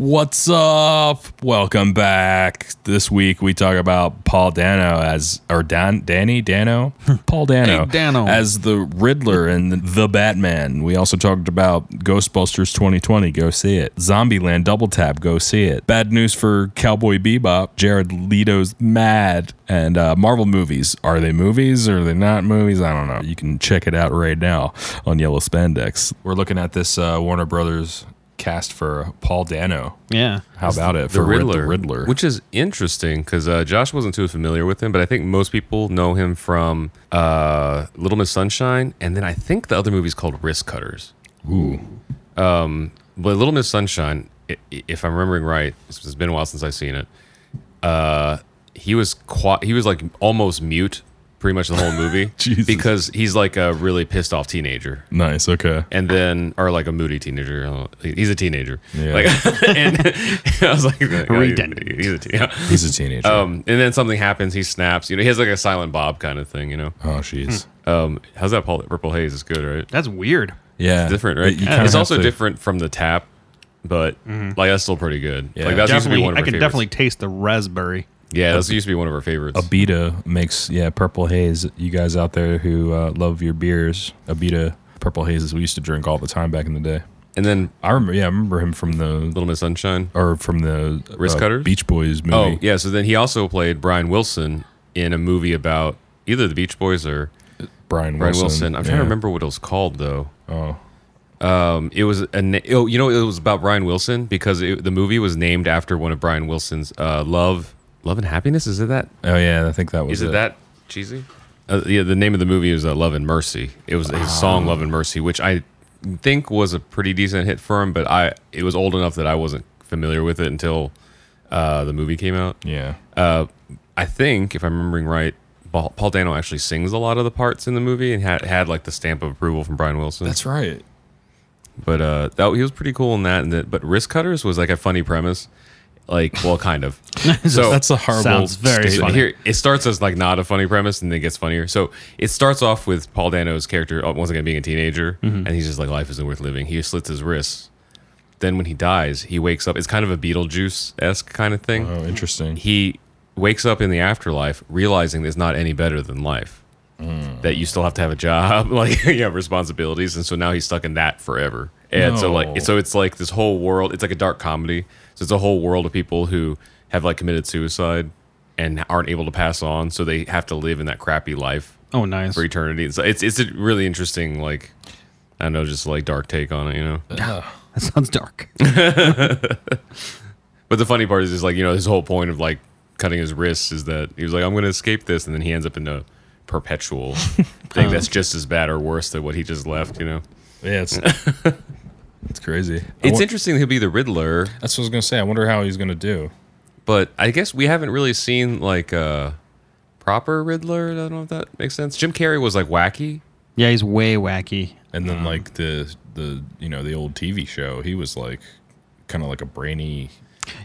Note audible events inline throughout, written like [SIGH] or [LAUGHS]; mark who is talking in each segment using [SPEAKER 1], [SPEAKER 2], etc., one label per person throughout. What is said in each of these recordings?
[SPEAKER 1] What's up? Welcome back. This week we talk about Paul Dano as or Dan Danny Dano, [LAUGHS] Paul Dano,
[SPEAKER 2] Hey, Dano.
[SPEAKER 1] as the Riddler and the Batman. We also talked about Ghostbusters 2020. Go see it. Zombieland Double Tap. Go see it. Bad news for Cowboy Bebop. Jared Leto's mad. And uh, Marvel movies. Are they movies or are they not movies? I don't know. You can check it out right now on Yellow Spandex. We're looking at this uh, Warner Brothers cast for uh, Paul Dano.
[SPEAKER 2] Yeah.
[SPEAKER 1] How about it for Rid- the Riddler?
[SPEAKER 3] which is interesting because uh, Josh wasn't too familiar with him, but I think most people know him from uh, Little Miss Sunshine, and then I think the other movie's called Wrist Cutters. Um,
[SPEAKER 1] Ooh.
[SPEAKER 3] But Little Miss Sunshine, i- i- if I'm remembering right, it's it's been a while since I've seen it. Uh, he was qui- he was like almost mute pretty much the whole movie
[SPEAKER 1] [LAUGHS] Jesus.
[SPEAKER 3] because he's like a really pissed off teenager.
[SPEAKER 1] nice. Okay.
[SPEAKER 3] and then or like a moody teenager. I don't know. He's a teenager.
[SPEAKER 1] Yeah.
[SPEAKER 3] Like, [LAUGHS] and I was like, "God,
[SPEAKER 2] Redundant.
[SPEAKER 3] he's a teen- yeah.
[SPEAKER 1] He's a teenager.
[SPEAKER 3] Um, and then something happens. He snaps. You know, he has like a silent Bob kind of thing. You know,
[SPEAKER 1] oh, jeez.
[SPEAKER 3] um, how's that Paul, purple haze? Is good, right?
[SPEAKER 2] That's weird.
[SPEAKER 1] Yeah.
[SPEAKER 3] Different, right?
[SPEAKER 1] You kinda
[SPEAKER 3] It's
[SPEAKER 1] have
[SPEAKER 3] also
[SPEAKER 1] to-
[SPEAKER 3] different from the tap, but like that's still pretty good.
[SPEAKER 1] Yeah.
[SPEAKER 3] Like that's used to be
[SPEAKER 2] Mm-hmm. Definitely,
[SPEAKER 3] one of
[SPEAKER 2] I
[SPEAKER 3] our
[SPEAKER 2] can
[SPEAKER 3] favorites.
[SPEAKER 2] definitely taste the raspberry.
[SPEAKER 3] yeah, that's used to be one of our favorites.
[SPEAKER 1] Abita makes yeah purple haze. You guys out there who uh, love your beers, Abita purple hazes we used to drink all the time back in the day.
[SPEAKER 3] and then
[SPEAKER 1] I remember. Yeah, I remember him from the
[SPEAKER 3] Little Miss Sunshine.
[SPEAKER 1] or from the uh,
[SPEAKER 3] Wrist cutters?
[SPEAKER 1] Beach Boys movie.
[SPEAKER 3] Oh yeah, so then he also played Brian Wilson in a movie about either the Beach Boys or
[SPEAKER 1] Brian Wilson.
[SPEAKER 3] Brian Wilson. I'm trying
[SPEAKER 1] Yeah.
[SPEAKER 3] to remember what it was called though.
[SPEAKER 1] Oh,
[SPEAKER 3] Um, it was a na- oh, you know, it was about Brian Wilson because it, the movie was named after one of Brian Wilson's uh, love, love and happiness. Is it that?
[SPEAKER 1] oh yeah. I think that was
[SPEAKER 3] Is it that cheesy? Uh, yeah, the name of the movie is uh, Love and Mercy. It was his song Love and Mercy, which I think was a pretty decent hit for him, but I it was old enough that I wasn't familiar with it until uh, the movie came out.
[SPEAKER 1] Yeah.
[SPEAKER 3] Uh, I think, if I'm remembering right, Paul Paul Dano actually sings a lot of the parts in the movie and had, had like the stamp of approval from Brian Wilson.
[SPEAKER 1] That's right.
[SPEAKER 3] But uh, that he was pretty cool in that. And that, but wrist cutters was like a funny premise. Like, well, kind of. so
[SPEAKER 1] [LAUGHS] That's a horrible.
[SPEAKER 2] Sounds very
[SPEAKER 1] statement.
[SPEAKER 2] funny.
[SPEAKER 3] here it starts as like not a funny premise, and then it gets funnier. So it starts off with Paul Dano's character uh, once again being a teenager,
[SPEAKER 1] Mm-hmm.
[SPEAKER 3] and he's just like, life isn't worth living. He slits his wrists. Then when he dies, he wakes up. It's kind of a Beetlejuice esque kind of thing.
[SPEAKER 1] Oh, interesting.
[SPEAKER 3] He wakes up in the afterlife, realizing there's not any better than life. That you still have to have a job, [LAUGHS] like you have responsibilities, and so now he's stuck in that forever. And so
[SPEAKER 1] No.
[SPEAKER 3] like, so it's like this whole world. It's like a dark comedy. So it's a whole world of people who have like committed suicide and aren't able to pass on, so they have to live in that crappy life
[SPEAKER 2] Oh, nice.
[SPEAKER 3] for eternity. So it's it's a really interesting, like I don't know, just like dark take on it, you know.
[SPEAKER 2] That sounds dark.
[SPEAKER 3] But the funny part is, is like you know, his whole point of like cutting his wrists is that he was like, "I'm going to escape this," and then he ends up in a [LAUGHS] perpetual thing that's just as bad or worse than what he just left. You know,
[SPEAKER 1] Yeah.
[SPEAKER 3] [LAUGHS]
[SPEAKER 1] It's, it's crazy. I
[SPEAKER 3] it's
[SPEAKER 1] wa-
[SPEAKER 3] interesting he'll be the Riddler,
[SPEAKER 1] That's what I was gonna say. I wonder how he's gonna do.
[SPEAKER 3] but I guess we haven't really seen like a proper Riddler. I don't know if that makes sense. Jim Carrey was like wacky.
[SPEAKER 2] yeah, he's way wacky.
[SPEAKER 1] And
[SPEAKER 3] Uh-huh.
[SPEAKER 1] then like the the you know the old TV show, he was like kind of like a brainy.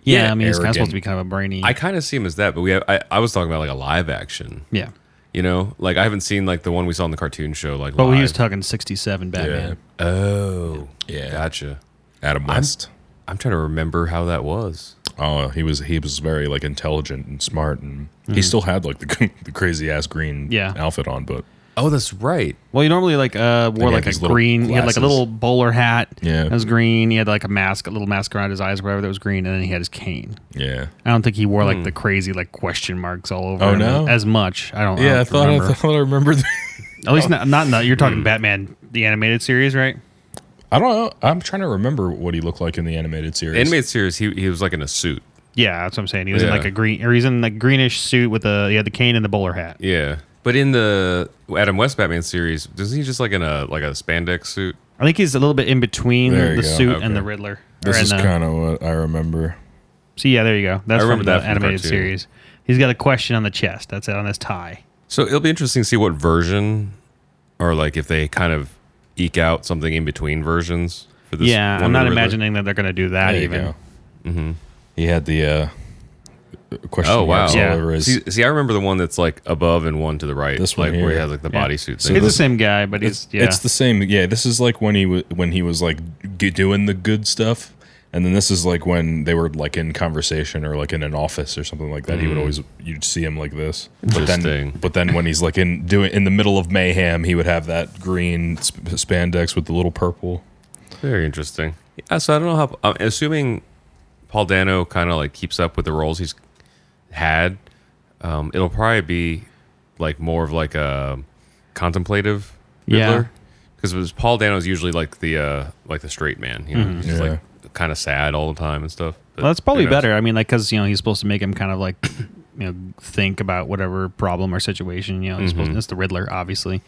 [SPEAKER 2] Yeah,
[SPEAKER 3] Yeah,
[SPEAKER 2] I mean, he's kind
[SPEAKER 1] arrogant.
[SPEAKER 2] of supposed to be kind of a brainy.
[SPEAKER 3] I kind of see him as that, but we have, I, I was talking about like a live action.
[SPEAKER 2] yeah.
[SPEAKER 3] You know, like I haven't seen like the one we saw in the cartoon show. Like,
[SPEAKER 2] But
[SPEAKER 3] live.
[SPEAKER 2] he was talking 67 Batman.
[SPEAKER 3] oh
[SPEAKER 1] Yeah.
[SPEAKER 3] gotcha.
[SPEAKER 1] uh, Adam West.
[SPEAKER 3] I'm trying to remember how that was.
[SPEAKER 1] oh, he was he was very like intelligent and smart, and he still had like the, the crazy ass green
[SPEAKER 2] Hmm. Yeah.
[SPEAKER 1] outfit on, but
[SPEAKER 3] Oh, that's right.
[SPEAKER 2] Well, he normally like uh wore
[SPEAKER 1] had
[SPEAKER 2] like a
[SPEAKER 1] these little
[SPEAKER 2] green. He had like a
[SPEAKER 1] glasses.
[SPEAKER 2] little bowler hat.
[SPEAKER 1] Yeah.
[SPEAKER 2] that was green. He had like a mask, a little mask around his eyes, or whatever that was green, and then he had his cane.
[SPEAKER 1] yeah.
[SPEAKER 2] I don't think he wore like the crazy like question marks all over.
[SPEAKER 1] Hmm. Oh,
[SPEAKER 2] him
[SPEAKER 1] no?
[SPEAKER 2] as much. I don't. I
[SPEAKER 1] Yeah, I
[SPEAKER 2] don't
[SPEAKER 1] thought
[SPEAKER 2] remember.
[SPEAKER 1] I Hmm. thought I remembered.
[SPEAKER 2] At least not not in the, you're talking Batman the animated series, right?
[SPEAKER 1] I don't know. I'm trying to remember what he looked like in the animated series.
[SPEAKER 3] Animated series, he, he was like in a suit.
[SPEAKER 2] Yeah, that's what I'm saying. He was in
[SPEAKER 3] Yeah.
[SPEAKER 2] like a green, or he's in like greenish suit with a he had the cane and the bowler hat.
[SPEAKER 3] Yeah. But in the Adam West Batman series, doesn't he just like in a like a spandex suit?
[SPEAKER 2] I think he's a little bit in between
[SPEAKER 1] There you go.
[SPEAKER 2] the suit
[SPEAKER 3] Okay.
[SPEAKER 2] and the Riddler. Or
[SPEAKER 1] this
[SPEAKER 2] in
[SPEAKER 1] is
[SPEAKER 2] the-
[SPEAKER 1] kind of what I remember.
[SPEAKER 2] so yeah, there you go. That's
[SPEAKER 3] I remember
[SPEAKER 2] from the
[SPEAKER 3] that from the
[SPEAKER 2] animated
[SPEAKER 3] cartoon.
[SPEAKER 2] series. He's got a question on the chest. That's it on his tie.
[SPEAKER 3] So it'll be interesting to see what version or like if they kind of eke out something in between versions for this.
[SPEAKER 2] yeah, I'm
[SPEAKER 3] Wonder
[SPEAKER 2] not
[SPEAKER 3] Riddler.
[SPEAKER 2] imagining that they're gonna do that
[SPEAKER 1] There you go.
[SPEAKER 2] even.
[SPEAKER 1] He had the uh, question
[SPEAKER 3] Oh wow.
[SPEAKER 1] marks
[SPEAKER 2] Yeah.
[SPEAKER 1] all over his.
[SPEAKER 3] See, see I remember the one that's like above and one to the right.
[SPEAKER 1] This one
[SPEAKER 3] like where
[SPEAKER 1] here.
[SPEAKER 3] he has like the
[SPEAKER 2] Yeah.
[SPEAKER 3] bodysuit
[SPEAKER 2] He's
[SPEAKER 3] thing.
[SPEAKER 2] the same guy, but he's yeah.
[SPEAKER 1] It's the same. Yeah, this is like when he was when he was like g- doing the good stuff, And then this is like when they were like in conversation or like in an office or something like that. He would
[SPEAKER 2] Mm.
[SPEAKER 1] always you'd see him like this. But then
[SPEAKER 3] Interesting.
[SPEAKER 1] but then when he's like in doing in the middle of mayhem, he would have that green sp- spandex with the little purple.
[SPEAKER 3] Very interesting. Yeah, so I don't know how. I'm assuming Paul Dano kind of like keeps up with the roles he's had. Um, it'll probably be like more of like a contemplative
[SPEAKER 2] Yeah.
[SPEAKER 3] Riddler. Because Paul Dano is usually like the uh, like the straight man, you know, he's just
[SPEAKER 1] Yeah.
[SPEAKER 3] like kind of sad all the time and stuff. But
[SPEAKER 2] Mm-hmm. Well, that's
[SPEAKER 3] who
[SPEAKER 2] probably
[SPEAKER 3] knows?
[SPEAKER 2] better. I mean, like, because you know he's supposed to make him kind of like, [COUGHS] you know, think about whatever problem or situation. You know, he's
[SPEAKER 3] Mm-hmm.
[SPEAKER 2] supposed, it's the Riddler, obviously.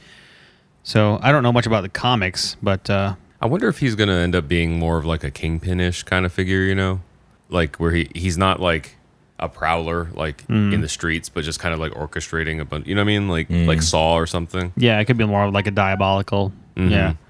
[SPEAKER 2] So I don't know much about the comics, but uh,
[SPEAKER 3] I wonder if he's gonna end up being more of like a kingpin-ish kind of figure, you know, like where he he's not like a prowler like
[SPEAKER 2] Hmm.
[SPEAKER 3] in the streets, but just kind of like orchestrating a bunch. You know what I mean? Like like Saw or something.
[SPEAKER 2] yeah, it could be more of like a diabolical. Yeah, [LAUGHS]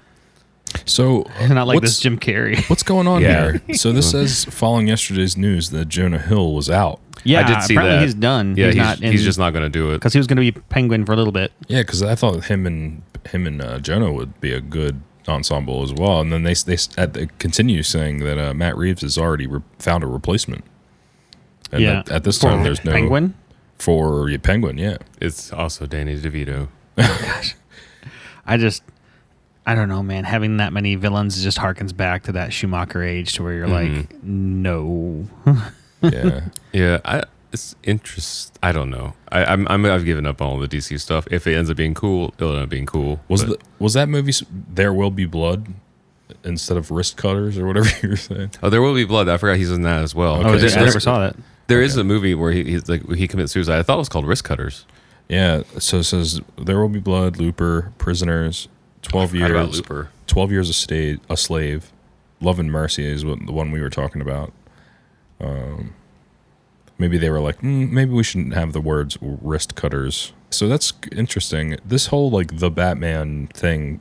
[SPEAKER 1] So
[SPEAKER 2] not like
[SPEAKER 1] what's,
[SPEAKER 2] this Jim Carrey.
[SPEAKER 1] What's going on
[SPEAKER 3] Yeah.
[SPEAKER 1] [LAUGHS] here? So this says following yesterday's news that Jonah Hill was out.
[SPEAKER 2] yeah,
[SPEAKER 3] I did see
[SPEAKER 2] apparently
[SPEAKER 3] that.
[SPEAKER 2] he's done.
[SPEAKER 3] Yeah, he's,
[SPEAKER 2] not in,
[SPEAKER 3] he's just not gonna do it.
[SPEAKER 2] because he was going to be Penguin for a little bit.
[SPEAKER 1] Yeah, because I thought him and him and uh, Jonah would be a good ensemble as well. And then they they, at the, continue saying that uh, Matt Reeves has already re- found a replacement. And
[SPEAKER 2] yeah,
[SPEAKER 1] at, at this
[SPEAKER 2] For
[SPEAKER 1] time, there's no
[SPEAKER 2] Penguin.
[SPEAKER 1] for yeah, Penguin.
[SPEAKER 2] [LAUGHS]
[SPEAKER 1] Yeah,
[SPEAKER 3] It's also Danny DeVito.
[SPEAKER 2] I just, I don't know, man. Having that many villains just harkens back to that Schumacher age, to where you're like, no,
[SPEAKER 1] yeah.
[SPEAKER 3] Yeah, I, it's interest. I don't know. I, I'm, I'm I've given up on all the DC stuff. If it ends up being cool, it'll end up being cool.
[SPEAKER 1] was
[SPEAKER 3] but-
[SPEAKER 1] the, was that movie s- There Will Be Blood instead of Wrist Cutters or whatever [LAUGHS] you were saying?
[SPEAKER 3] oh, there will be blood. I forgot he's in that as well.
[SPEAKER 1] Okay.
[SPEAKER 2] oh,
[SPEAKER 3] But
[SPEAKER 2] is
[SPEAKER 3] there-
[SPEAKER 2] it? I never saw that.
[SPEAKER 3] There is a movie where he, he's like he commits suicide. I thought it was called Risk Cutters.
[SPEAKER 1] Yeah. So it says There Will Be Blood, Looper, Prisoners, twelve
[SPEAKER 3] Forgot about
[SPEAKER 1] years.
[SPEAKER 3] Looper.
[SPEAKER 1] 12 years a, sta- a slave love and mercy is what, the one we were talking about um, maybe they were like mm, maybe we shouldn't have the words wrist cutters so that's interesting this whole like the batman thing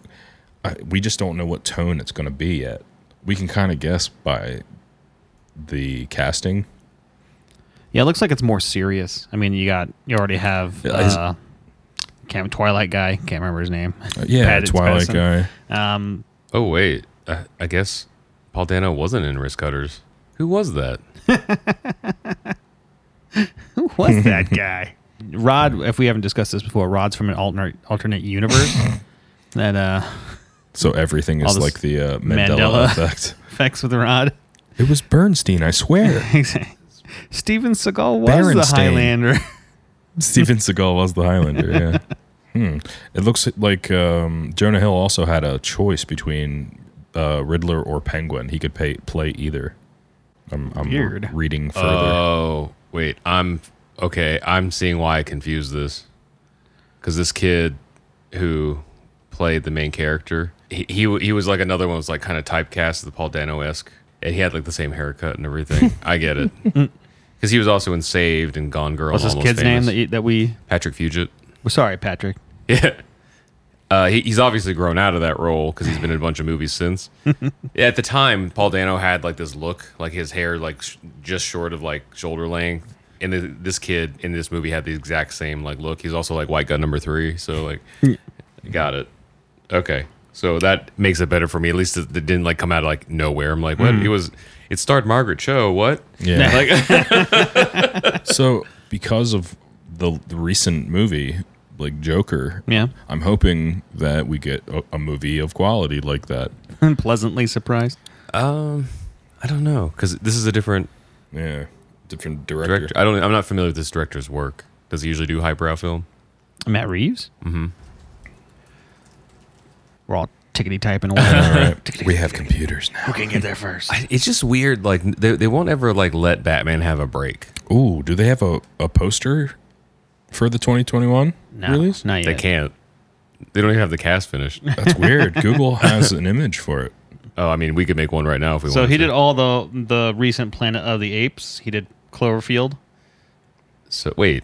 [SPEAKER 1] I, we just don't know what tone it's going to be yet we can kind of guess by the casting
[SPEAKER 2] Yeah, it looks like it's more serious. I mean, you got you already have
[SPEAKER 1] Yeah, is-
[SPEAKER 2] uh, can't Twilight guy. Can't remember his name.
[SPEAKER 1] Uh, yeah
[SPEAKER 2] Pattinson.
[SPEAKER 1] twilight guy
[SPEAKER 2] Um,
[SPEAKER 3] Oh wait, I, I guess Paul Dano wasn't in Risk Cutters. Who was that?
[SPEAKER 2] who was that guy? Rod. If we haven't discussed this before, Rod's from an alternate alternate universe that uh,
[SPEAKER 1] so everything
[SPEAKER 2] All
[SPEAKER 1] is
[SPEAKER 2] this
[SPEAKER 1] like the uh, mandela
[SPEAKER 2] Mandela.
[SPEAKER 1] effect
[SPEAKER 2] affects with Rod. [LAUGHS]
[SPEAKER 1] it was bernstein i swear
[SPEAKER 2] Steven Seagal was the
[SPEAKER 1] Berenstain.
[SPEAKER 2] Highlander.
[SPEAKER 1] [LAUGHS] Steven Seagal was the Highlander. Yeah. [LAUGHS] hmm. It looks like um, Jonah Hill also had a choice between uh, Riddler or Penguin. He could pay, play either. I'm, I'm
[SPEAKER 2] Weird.
[SPEAKER 1] reading further.
[SPEAKER 3] Oh wait, I'm okay. I'm seeing why I confused this because this kid who played the main character, he he, w- he was like another one was like kind of typecast the Paul Dano esque, and he had like the same haircut and everything. I get it [LAUGHS] because he was also in Saved and Gone Girl.
[SPEAKER 2] What's
[SPEAKER 3] and
[SPEAKER 2] this
[SPEAKER 3] Almost
[SPEAKER 2] kid's name
[SPEAKER 3] Famous.
[SPEAKER 2] that you, that we?
[SPEAKER 3] Patrick Fugit.
[SPEAKER 2] We're sorry, Patrick.
[SPEAKER 3] Yeah. Uh, he, he's obviously grown out of that role because he's been in a bunch of movies since. At the time, Paul Dano had like this look, like his hair, like sh- just short of like shoulder length. And th- this kid in this movie had the exact same like look. He's also like White Gun Number Three, so like, got it. Okay, so that makes it better for me. At least it, it didn't like come out of like nowhere. I'm like, what? It was. It starred Margaret Cho. What? [LAUGHS]
[SPEAKER 1] Yeah.
[SPEAKER 3] Like,
[SPEAKER 1] so because of the, the recent movie, like Joker,
[SPEAKER 2] Yeah, [LAUGHS]
[SPEAKER 1] I'm hoping that we get a, a movie of quality like that.
[SPEAKER 2] I'm pleasantly surprised.
[SPEAKER 3] um, I don't know because this is a different
[SPEAKER 1] Yeah. Different director.
[SPEAKER 3] director. I don't. I'm not familiar with this director's work. Does he usually do highbrow film?
[SPEAKER 2] Matt Reeves. Mm-hmm. We're all tickety typing away.
[SPEAKER 1] All
[SPEAKER 2] [LAUGHS]
[SPEAKER 1] right. We have computers now.
[SPEAKER 2] Who can get there first?
[SPEAKER 3] It's just weird. Like they, they won't ever like let Batman have a break.
[SPEAKER 1] Ooh, do they have a, a poster for the 2021
[SPEAKER 2] No,
[SPEAKER 1] release?
[SPEAKER 2] [LAUGHS] not yet.
[SPEAKER 3] They can't. They don't even have the
[SPEAKER 2] [LAUGHS]
[SPEAKER 3] cast finished.
[SPEAKER 1] That's weird. Google has an image for it.
[SPEAKER 3] oh, I mean, we could make one right now if we want.
[SPEAKER 2] So he did all the the recent Planet of the Apes. He did Cloverfield.
[SPEAKER 3] So wait,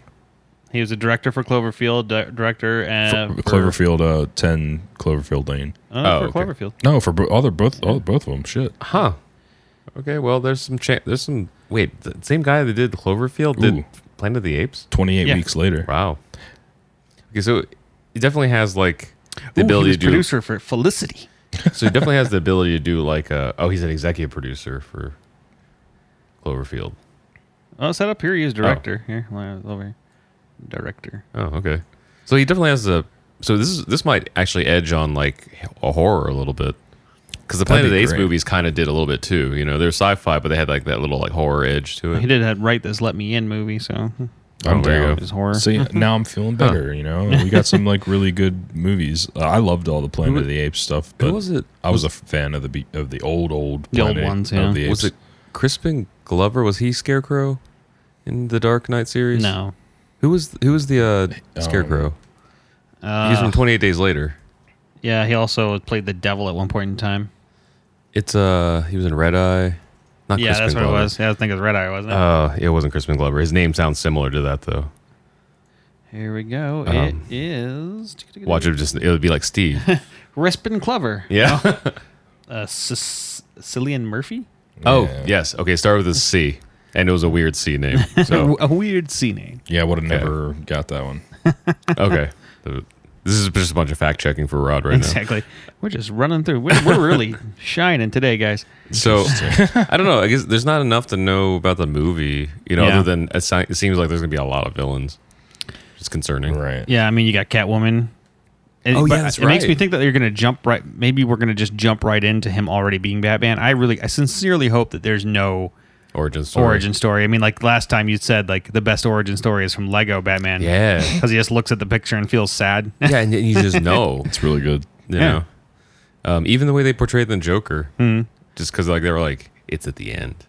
[SPEAKER 2] He was a director for Cloverfield, di- director and for,
[SPEAKER 1] Cloverfield, uh, ten Cloverfield Lane.
[SPEAKER 2] Oh,
[SPEAKER 3] Oh,
[SPEAKER 2] for
[SPEAKER 3] okay.
[SPEAKER 2] Cloverfield.
[SPEAKER 1] No, for bo- other both all, both of them. Shit.
[SPEAKER 3] huh? Okay, well, there's some cha- there's some wait. The same guy that did Cloverfield did
[SPEAKER 1] Ooh.
[SPEAKER 3] Planet of the Apes.
[SPEAKER 1] Twenty eight
[SPEAKER 2] Yeah.
[SPEAKER 1] weeks later.
[SPEAKER 3] Wow. Okay, so he definitely has like the
[SPEAKER 2] Ooh, he
[SPEAKER 3] ability
[SPEAKER 2] was
[SPEAKER 3] to do.
[SPEAKER 2] producer for Felicity. [LAUGHS]
[SPEAKER 3] uh, So he definitely has the ability to do like a. Oh, he's an executive producer for Cloverfield.
[SPEAKER 2] Oh, set up here. He is director. Here, li- over here. Director.
[SPEAKER 3] Oh, okay. So he definitely has a. So this is this might actually edge on like a horror a little bit because the Planet of
[SPEAKER 1] be
[SPEAKER 3] the Apes
[SPEAKER 1] great.
[SPEAKER 3] movies kind of did a little bit too. You know, they're sci-fi, but they had like that little like horror edge to
[SPEAKER 2] He
[SPEAKER 3] it.
[SPEAKER 2] did have write this "Let Me In" movie, so
[SPEAKER 1] I'm
[SPEAKER 3] Oh, there you
[SPEAKER 1] down.
[SPEAKER 3] go.
[SPEAKER 2] it's horror. [LAUGHS]
[SPEAKER 1] See, now I'm feeling better. You know, we got some like really good movies. Uh, I loved all the Planet of the Apes stuff. But
[SPEAKER 3] was it?
[SPEAKER 1] I was a fan of the be- of the old old
[SPEAKER 2] The old
[SPEAKER 1] Planet
[SPEAKER 2] ones,
[SPEAKER 1] of
[SPEAKER 2] yeah.
[SPEAKER 1] the
[SPEAKER 3] Was
[SPEAKER 1] Apes.
[SPEAKER 3] it Crispin Glover? Was he Scarecrow in the Dark Knight series?
[SPEAKER 2] no,
[SPEAKER 3] Who was who was the uh,
[SPEAKER 1] Um,
[SPEAKER 3] Scarecrow?
[SPEAKER 2] uh,
[SPEAKER 3] He's from Twenty Eight Days Later.
[SPEAKER 2] yeah, he also played the devil at one point in time.
[SPEAKER 3] It's uh he was in Red Eye. Not
[SPEAKER 2] yeah,
[SPEAKER 3] Crispin
[SPEAKER 2] that's what
[SPEAKER 3] Glover.
[SPEAKER 2] it was. Yeah, I think it was Red Eye, wasn't it?
[SPEAKER 3] Uh, it wasn't Crispin Glover. His name sounds similar to that though.
[SPEAKER 2] Here we go.
[SPEAKER 3] Um,
[SPEAKER 2] it is.
[SPEAKER 3] Watch it just it would be
[SPEAKER 2] [LAUGHS]
[SPEAKER 3] like Steve.
[SPEAKER 2] Respin Clever. [LAUGHS]
[SPEAKER 3] Yeah.
[SPEAKER 2] Uh, Cis- Cillian Murphy.
[SPEAKER 3] Oh,
[SPEAKER 1] Yeah.
[SPEAKER 3] yes. Okay, start with a C. And it was a weird C name.
[SPEAKER 2] A- [LAUGHS]
[SPEAKER 3] So,
[SPEAKER 2] a weird C name.
[SPEAKER 1] Yeah, I would have never got that one.
[SPEAKER 3] okay. This is just a bunch of fact checking for Rod right now.
[SPEAKER 2] Exactly. We're just running through. We're, we're
[SPEAKER 3] [LAUGHS]
[SPEAKER 2] really shining today, guys.
[SPEAKER 3] So, [LAUGHS] I don't know. I guess there's not enough to know about the movie, you know,
[SPEAKER 2] Yeah.
[SPEAKER 3] other than it, si- it seems like there's going to be a lot of villains. It's concerning.
[SPEAKER 1] Right.
[SPEAKER 2] Yeah, I mean, you got Catwoman. And-
[SPEAKER 3] Oh, yeah,
[SPEAKER 2] but
[SPEAKER 3] that's
[SPEAKER 2] It makes me
[SPEAKER 3] right.
[SPEAKER 2] think that you're going to jump right. Maybe we're going to just jump right into him already being Batman. I really, I sincerely hope that there's no
[SPEAKER 3] Origin story.
[SPEAKER 2] origin story. I mean, like last time you said, like the best origin story is from Lego Batman. [LAUGHS]
[SPEAKER 3] Yeah.
[SPEAKER 2] Because he just looks at the picture and feels sad.
[SPEAKER 3] yeah, and you just know.
[SPEAKER 1] It's really good.
[SPEAKER 2] Yeah.
[SPEAKER 3] You
[SPEAKER 2] Hmm.
[SPEAKER 3] know? Um, even the way they portrayed the Joker, just because like they were like, it's at the end.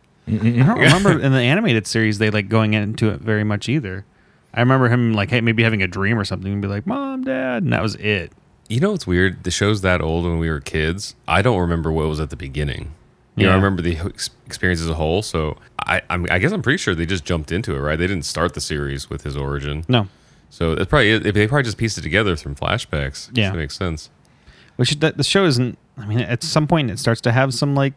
[SPEAKER 2] [LAUGHS]
[SPEAKER 3] Mm-hmm.
[SPEAKER 2] I don't remember in the animated series they like going into it very much either. I remember him like hey maybe having a dream or something and be like mom dad and that was it.
[SPEAKER 3] You know what's weird? The show's that old when we were kids. I don't remember what was at the beginning. You know,
[SPEAKER 2] Yeah.
[SPEAKER 3] I remember the ex- experience as a whole. So I, I'm, I guess I'm pretty sure they just jumped into it, right? They didn't start the series with his origin.
[SPEAKER 2] No,
[SPEAKER 3] So that's probably it. they probably just pieced it together from flashbacks. So
[SPEAKER 2] Yeah.
[SPEAKER 3] that makes sense.
[SPEAKER 2] which that the show isn't. I mean, at some point it starts to have some like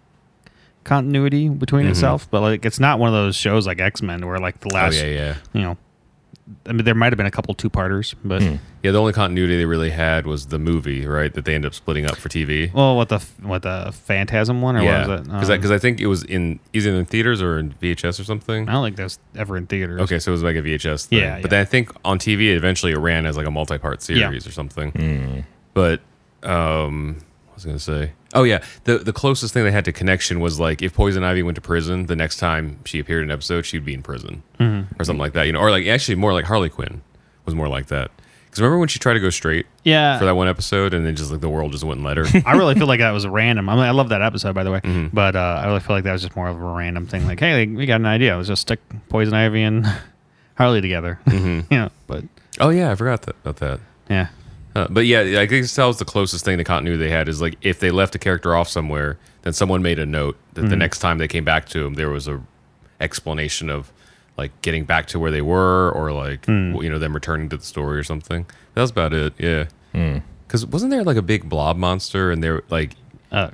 [SPEAKER 2] continuity between itself, but like it's not one of those shows like X Men where like the last
[SPEAKER 3] Mm-hmm. oh yeah, yeah,
[SPEAKER 2] you know. I mean, there might have been a couple two parters, but
[SPEAKER 3] yeah. The only continuity they really had was the movie, right? That they ended up splitting up for TV.
[SPEAKER 2] well, what the f- what the Phantasm one or
[SPEAKER 3] yeah,
[SPEAKER 2] what was it?
[SPEAKER 3] because
[SPEAKER 2] Um,
[SPEAKER 3] I, think it was in either in theaters or in VHS or something.
[SPEAKER 2] I don't think that's ever in theaters.
[SPEAKER 3] Okay, so it was like a VHS thing.
[SPEAKER 2] Yeah,
[SPEAKER 3] but
[SPEAKER 2] yeah.
[SPEAKER 3] then I think on TV it eventually it ran as like a multi-part series
[SPEAKER 2] Yeah.
[SPEAKER 3] or something. But um what was I gonna say? Oh yeah. The the closest thing they had to connection was like if Poison Ivy went to prison, the next time she appeared in an episode, she'd be in prison.
[SPEAKER 2] Mm-hmm.
[SPEAKER 3] Or something like that. You know, or like actually more like Harley Quinn was more like that. Because remember when she tried to go straight
[SPEAKER 2] yeah,
[SPEAKER 3] for that one episode and then just like the world just wouldn't let her?
[SPEAKER 2] I really feel like that was random. I, mean, I love that episode,
[SPEAKER 3] [LAUGHS]
[SPEAKER 2] by the way,
[SPEAKER 3] Mm-hmm.
[SPEAKER 2] but uh, I really feel like that was just more of a random thing. Like, hey, we got an idea. Let's just stick Poison Ivy and [LAUGHS] Harley together. [LAUGHS] you know, but
[SPEAKER 3] oh yeah, I forgot that, about that.
[SPEAKER 2] yeah,
[SPEAKER 3] Uh, but yeah, I guess that was the closest thing to continuity they had is like if they left a character off somewhere, then someone made a note that the next time they came back to him, there was a explanation of like getting back to where they were or like w- you know them returning to the story or something. That was about it. Yeah, because wasn't there like a big blob monster and there like
[SPEAKER 2] uh,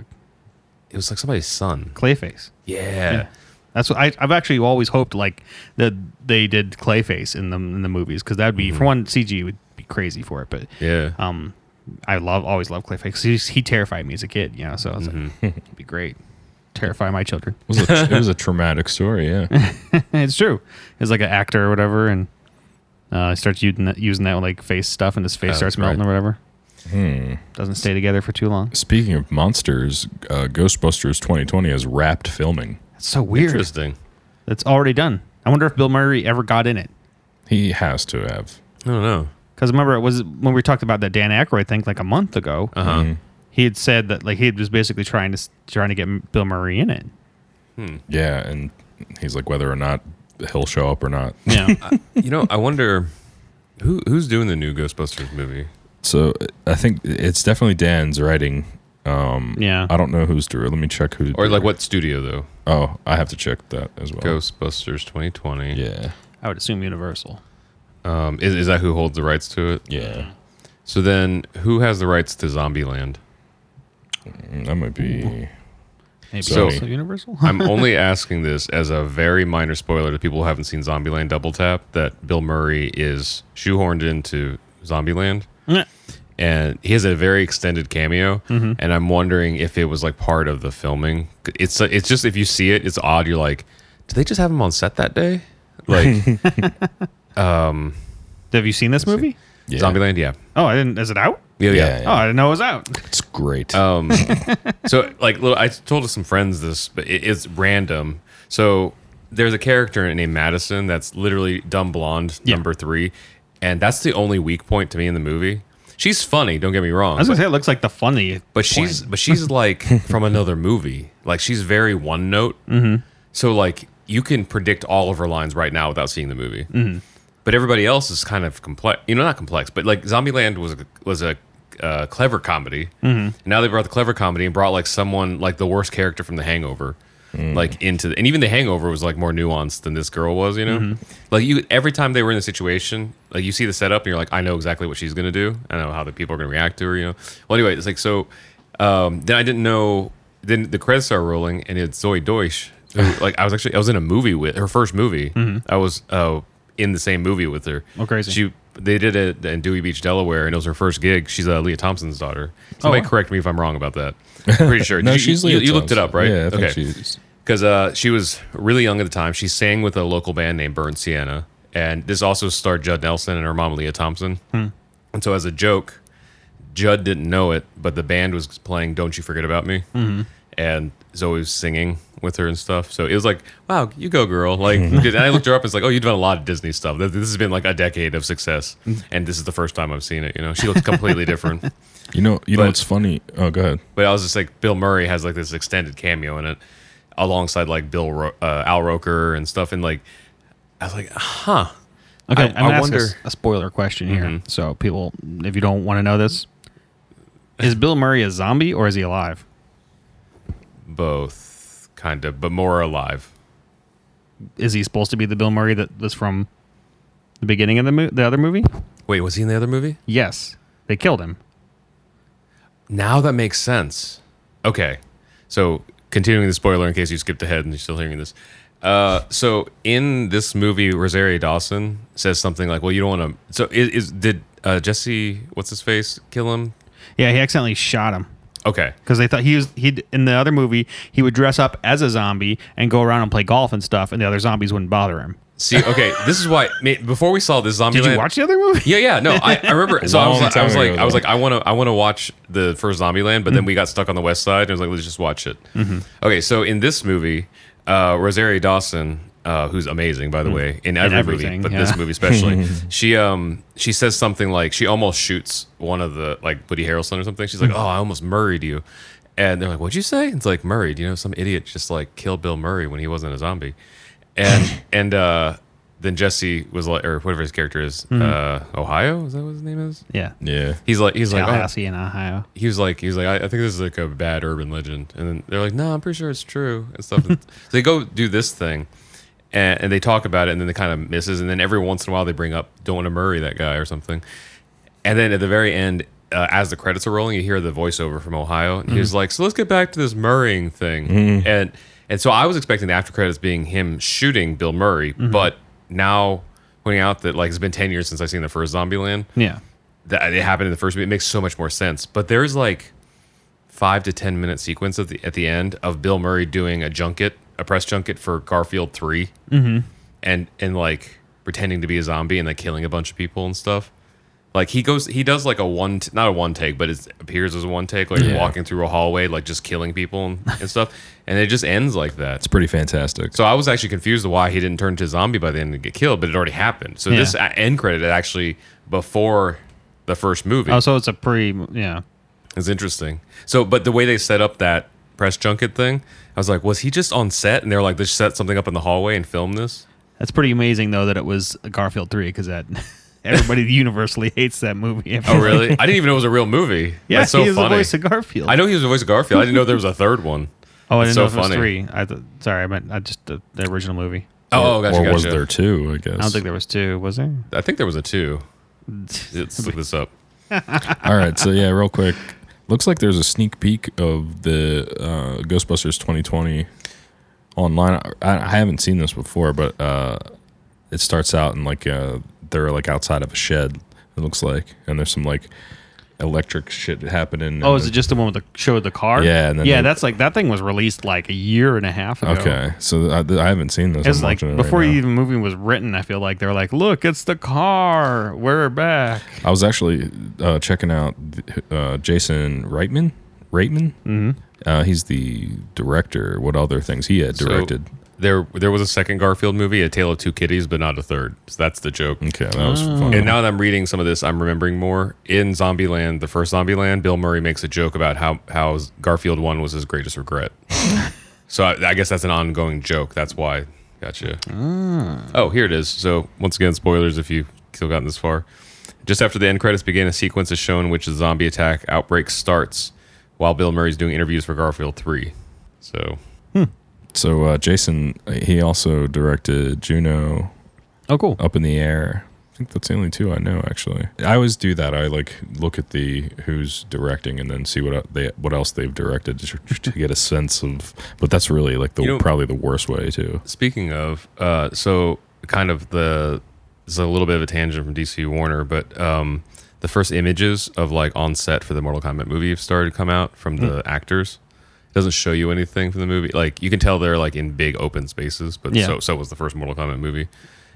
[SPEAKER 3] it was like somebody's son?
[SPEAKER 2] Clayface.
[SPEAKER 3] Yeah.
[SPEAKER 2] That's what I, I've actually always hoped. Like that they did Clayface in the in the movies because that'd be
[SPEAKER 3] Mm-hmm.
[SPEAKER 2] for one CG would be crazy for it, but
[SPEAKER 3] Yeah.
[SPEAKER 2] um. I love always love Clayface. 'cause He's, he terrified me as a kid, you know. So I was
[SPEAKER 3] Mm-hmm.
[SPEAKER 2] like, [LAUGHS] it'd be great, terrify my children. [LAUGHS]
[SPEAKER 1] It was a, it was a traumatic story. Yeah.
[SPEAKER 2] it's true. He's like an actor or whatever, and uh, he starts using that, using that like face stuff, and his face
[SPEAKER 3] Oh,
[SPEAKER 2] starts
[SPEAKER 3] that's right. Hmm.
[SPEAKER 2] melting or whatever. Doesn't stay together for too long.
[SPEAKER 1] Speaking of monsters, uh, Ghostbusters 2020 has wrapped filming.
[SPEAKER 2] That's so weird.
[SPEAKER 3] Interesting.
[SPEAKER 2] That's already done. I wonder if Bill Murray ever got in it.
[SPEAKER 1] He has to have.
[SPEAKER 3] I don't know.
[SPEAKER 2] Because remember, it was when we talked about that Dan Aykroyd thing like a month ago.
[SPEAKER 3] Uh huh.
[SPEAKER 2] He had said that like he was basically trying to s- trying to get Bill Murray in it.
[SPEAKER 1] Yeah, and he's like whether or not he'll show up or not. [LAUGHS]
[SPEAKER 2] Yeah,
[SPEAKER 3] you know, I wonder who who's doing the new Ghostbusters movie.
[SPEAKER 1] So I think it's definitely Dan's writing.
[SPEAKER 2] [LAUGHS] yeah.
[SPEAKER 1] I don't know who's doing. Let me check who.
[SPEAKER 3] Or like what studio though?
[SPEAKER 1] Oh, I have to check that as well.
[SPEAKER 3] Ghostbusters 2020.
[SPEAKER 1] Yeah.
[SPEAKER 2] I would assume Universal.
[SPEAKER 3] Um, is, is that who holds the rights to it?
[SPEAKER 1] Yeah.
[SPEAKER 3] So then, who has the rights to Zombieland?
[SPEAKER 1] Mm, That might be.
[SPEAKER 2] Maybe
[SPEAKER 1] So-
[SPEAKER 2] also Universal.
[SPEAKER 1] [LAUGHS]
[SPEAKER 3] I'm only asking this as a very minor spoiler to people who haven't seen Zombieland Double Tap that Bill Murray is shoehorned into Zombieland. And he has a very extended cameo,
[SPEAKER 1] Mm-hmm.
[SPEAKER 3] and I'm wondering if it was like part of the filming. It's it's just if you see it, it's odd. You're like, Did they just have him on set that day? Like
[SPEAKER 2] Have you seen this movie?
[SPEAKER 1] [LAUGHS] Yeah.
[SPEAKER 3] Zombieland? Yeah.
[SPEAKER 2] Oh, I didn't. Is it out?
[SPEAKER 3] Yeah, yeah.
[SPEAKER 1] Yeah,
[SPEAKER 2] Oh, I didn't know it was out.
[SPEAKER 1] It's great.
[SPEAKER 3] Um, so like, little, I told some friends this, but it, it's random. So there's a character named Madison that's literally dumb blonde
[SPEAKER 2] Yeah.
[SPEAKER 3] number three, and that's the only weak point to me in the movie. She's funny, don't get me wrong,
[SPEAKER 2] I was
[SPEAKER 3] but,
[SPEAKER 2] gonna say it looks like the funny.
[SPEAKER 3] but she's
[SPEAKER 2] [LAUGHS]
[SPEAKER 3] but she's like from another movie. Like she's very one note. Mm-hmm. So like you can predict all of her lines right now without seeing the movie. Mm-hmm. But everybody else is kind of complex. You know, not complex, but like Zombieland was a, was a uh, clever comedy. Mm-hmm. And now they brought the clever comedy and brought like someone like the worst character from The Hangover. Like into the, and even the Hangover was like more nuanced than this girl was, you know. Like you, every time they were in the situation, like you see the setup and you're like, I know exactly what she's gonna do. I know how the people are gonna react to her, you know. Well, anyway, it's like so. Um, then I didn't know. Then the credits are rolling and it's Zoe Deutsch. Who, like I was actually I was in a movie with her first movie. I was uh, in the same movie with her.
[SPEAKER 2] Oh, crazy.
[SPEAKER 3] She they did it in Dewey Beach, Delaware, and it was her first gig. She's uh, Leah Thompson's daughter. Somebody
[SPEAKER 2] Oh.
[SPEAKER 3] correct me if I'm wrong about that. I'm pretty
[SPEAKER 1] [LAUGHS]
[SPEAKER 3] sure.
[SPEAKER 1] no,
[SPEAKER 3] Did you,
[SPEAKER 1] she's
[SPEAKER 3] you,
[SPEAKER 1] Leah
[SPEAKER 3] you looked it
[SPEAKER 1] Thompson.
[SPEAKER 3] up, right?
[SPEAKER 1] Yeah, I think she's
[SPEAKER 3] because uh, she was really young at the time. She sang with a local band named Burn Sienna, and this also starred Judd Nelson and her mom Leah Thompson. And so, as a joke, Judd didn't know it, but the band was playing "Don't You Forget About Me," and Zoe was singing with her and stuff. So it was like, "Wow, you go, girl!" Like, you did- and I looked her up. And it's like, "Oh, you've done a lot of Disney stuff. Th- This has been like a decade of success, and this is the first time I've seen it." You know, she looks completely different.
[SPEAKER 1] You know, you know
[SPEAKER 3] But-
[SPEAKER 1] what's funny? Oh, go ahead.
[SPEAKER 3] But I was just like, Bill Murray has like this extended cameo in it, alongside like Bill Ro- uh, Al Roker and stuff. And like, I was like, huh?
[SPEAKER 2] Okay,
[SPEAKER 3] I-
[SPEAKER 2] I, am
[SPEAKER 3] I
[SPEAKER 2] gonna ask
[SPEAKER 3] wonder-
[SPEAKER 2] us a spoiler question here.
[SPEAKER 1] Mm-hmm.
[SPEAKER 2] So people, if you don't want to know this, is Bill Murray a zombie or is he alive?
[SPEAKER 3] Both kind of, but more alive.
[SPEAKER 2] Is he supposed to be the Bill Murray that was from the beginning of the mo- the other movie?
[SPEAKER 3] Wait, was he in the other movie?
[SPEAKER 2] Yes, they killed him.
[SPEAKER 3] Now that makes sense. Okay, so continuing the spoiler in case you skipped ahead and you're still hearing this. Uh, so in this movie, Rosario Dawson says something like, "Well, you don't want to." So is, is did uh, Jesse what's his face kill him?
[SPEAKER 2] Yeah, he accidentally shot him
[SPEAKER 3] Okay,
[SPEAKER 2] because they thought he was he in the other movie he would dress up as a zombie and go around and play golf and stuff, and the other zombies wouldn't bother him.
[SPEAKER 3] see, okay, this is why. ma- Before we saw this zombie,
[SPEAKER 2] Did you watch the other movie? [LAUGHS]
[SPEAKER 3] Yeah, yeah, no, I,
[SPEAKER 1] [LAUGHS]
[SPEAKER 3] I remember. So I was,
[SPEAKER 1] Long
[SPEAKER 3] like, I
[SPEAKER 1] time
[SPEAKER 3] was like,
[SPEAKER 1] ago,
[SPEAKER 3] I was
[SPEAKER 1] though.
[SPEAKER 3] like, I want to, I want to watch the first Zombieland, but then we got stuck on the West Side, and I was like, let's just watch it.
[SPEAKER 2] Mm-hmm.
[SPEAKER 3] Okay, so in this movie, uh, Rosario Dawson, uh, who's amazing by the way, in every
[SPEAKER 2] Mm.
[SPEAKER 3] movie,
[SPEAKER 2] everything,
[SPEAKER 3] but
[SPEAKER 2] yeah.
[SPEAKER 3] this
[SPEAKER 2] [LAUGHS]
[SPEAKER 3] movie especially, she um she says something like she almost shoots one of the like Woody Harrelson or something.
[SPEAKER 2] Mm.
[SPEAKER 3] She's like, oh, I almost murried you. And they're like, "What'd you say?" It's like Murray. You know, some idiot just like killed Bill Murray when he wasn't a zombie,
[SPEAKER 2] [LAUGHS]
[SPEAKER 3] and and uh, then Jesse was like, or whatever his character is,
[SPEAKER 2] Mm.
[SPEAKER 3] uh, Ohio. Is that what his name is?
[SPEAKER 2] Yeah,
[SPEAKER 1] Yeah.
[SPEAKER 3] He's like, he's like, oh.
[SPEAKER 2] Tallahassee in Ohio.
[SPEAKER 3] he was like, he was like, I, I think this is like a bad urban legend. And then they're like, no, I'm pretty sure it's true and stuff. so they go do this thing, and, and they talk about it, and then they kind of misses, and then every once in a while they bring up, don't want to Murray that guy or something. And then at the very end, uh, as the credits are rolling, you hear the voiceover from Ohio, and he was like, "So let's get back to this Murraying thing." And and so I was expecting the after credits being him shooting Bill Murray, but now pointing out that like it's been ten years since I've seen the first Zombieland
[SPEAKER 2] Yeah,
[SPEAKER 3] that it happened in the first movie, it makes so much more sense. But there's like five to ten minute sequence at the at the end of Bill Murray doing a junket, a press junket for Garfield 3 mm-hmm. and and like pretending to be a zombie and like killing a bunch of people and stuff. Like he goes, he does like a one, t- not a one take, but it appears as a one take, like
[SPEAKER 1] Yeah.
[SPEAKER 3] walking through a hallway, like just killing people and, and stuff, and it just ends like that.
[SPEAKER 1] It's pretty fantastic.
[SPEAKER 3] So I was actually confused why he didn't turn into a zombie by the end and get killed, but it already happened. So this
[SPEAKER 2] Yeah.
[SPEAKER 3] uh, end credit is actually before the first movie.
[SPEAKER 2] oh, so it's a pre yeah.
[SPEAKER 3] It's interesting. So, but the way they set up that press junket thing, I was like, was he just on set? And they were like, they just set something up in the hallway and
[SPEAKER 2] [LAUGHS]
[SPEAKER 3] film this.
[SPEAKER 2] That's pretty amazing, though, that it was Garfield three because that [LAUGHS] everybody [LAUGHS] universally hates that movie.
[SPEAKER 3] Oh, really? I didn't even know it was a real movie.
[SPEAKER 2] [LAUGHS] yeah,
[SPEAKER 3] That's so
[SPEAKER 2] he is
[SPEAKER 3] funny.
[SPEAKER 2] the voice of Garfield.
[SPEAKER 3] I know he was the voice of Garfield. I didn't know there was a
[SPEAKER 2] [LAUGHS]
[SPEAKER 3] third one.
[SPEAKER 2] Oh, I didn't
[SPEAKER 3] It's so
[SPEAKER 2] know if it was
[SPEAKER 3] funny.
[SPEAKER 2] three. I th- sorry, I meant I just the, the original movie.
[SPEAKER 3] Oh, oh, gotcha,
[SPEAKER 1] or
[SPEAKER 3] gotcha.
[SPEAKER 1] was there two? I guess.
[SPEAKER 2] I don't think there was two, was there?
[SPEAKER 3] I think there was
[SPEAKER 2] [LAUGHS]
[SPEAKER 3] a two. Let's look this up.
[SPEAKER 1] All right. So yeah, real quick. Looks like there's a sneak peek of the uh, Ghostbusters 2020 online. I, I haven't seen this before, but uh, it starts out in like uh, they're like outside of a shed. It looks like, and there's some like electric shit happening.
[SPEAKER 2] Oh,
[SPEAKER 1] in
[SPEAKER 2] is
[SPEAKER 1] the-
[SPEAKER 2] it just the one with the show of the car?
[SPEAKER 1] Yeah, and then
[SPEAKER 2] yeah.
[SPEAKER 1] they-
[SPEAKER 2] that's like that thing was released like a year and a half ago.
[SPEAKER 1] Okay, so I, I haven't seen this.
[SPEAKER 2] It's
[SPEAKER 1] I'm
[SPEAKER 2] like
[SPEAKER 1] watching it right
[SPEAKER 2] before
[SPEAKER 1] now.
[SPEAKER 2] even movie was written, I feel like they were like, "Look, it's the car. We're back."
[SPEAKER 1] I was actually uh, checking out uh, Jason Reitman. Reitman. Mm-hmm. Uh, he's the director. What other things he had
[SPEAKER 3] So,
[SPEAKER 1] directed?
[SPEAKER 3] there, there was a second Garfield movie, A Tale of Two Kitties, but not a third. So that's the joke.
[SPEAKER 1] okay, that was fun.
[SPEAKER 3] And now that I'm reading some of this, I'm remembering more. In Zombieland, the first Zombieland, Bill Murray makes a joke about how, how Garfield 1 was his greatest regret. so I, I guess that's an ongoing joke. That's why. Gotcha. Oh, here it is. So once again, spoilers if you've still gotten this far. Just after the end credits begin, a sequence is shown in which the zombie attack outbreak starts while Bill Murray's doing interviews for Garfield 3. So
[SPEAKER 1] so uh, Jason, he also directed Juno,
[SPEAKER 2] Oh, cool.
[SPEAKER 1] Up in the Air. I think that's the only two I know. Actually, I always do that. I like look at the who's directing and then see what el- they what else they've directed to, to get a sense of. But that's really like the
[SPEAKER 3] You know-
[SPEAKER 1] probably the worst way to.
[SPEAKER 3] Speaking of, uh, so kind of the it's a little bit of a tangent from DC Warner, but um, the first images of like on set for the Mortal Kombat movie have started to come out from the actors. It doesn't show you anything from the movie. Like you can tell they're like in big open spaces, but
[SPEAKER 2] Yeah.
[SPEAKER 3] so so was the first Mortal Kombat movie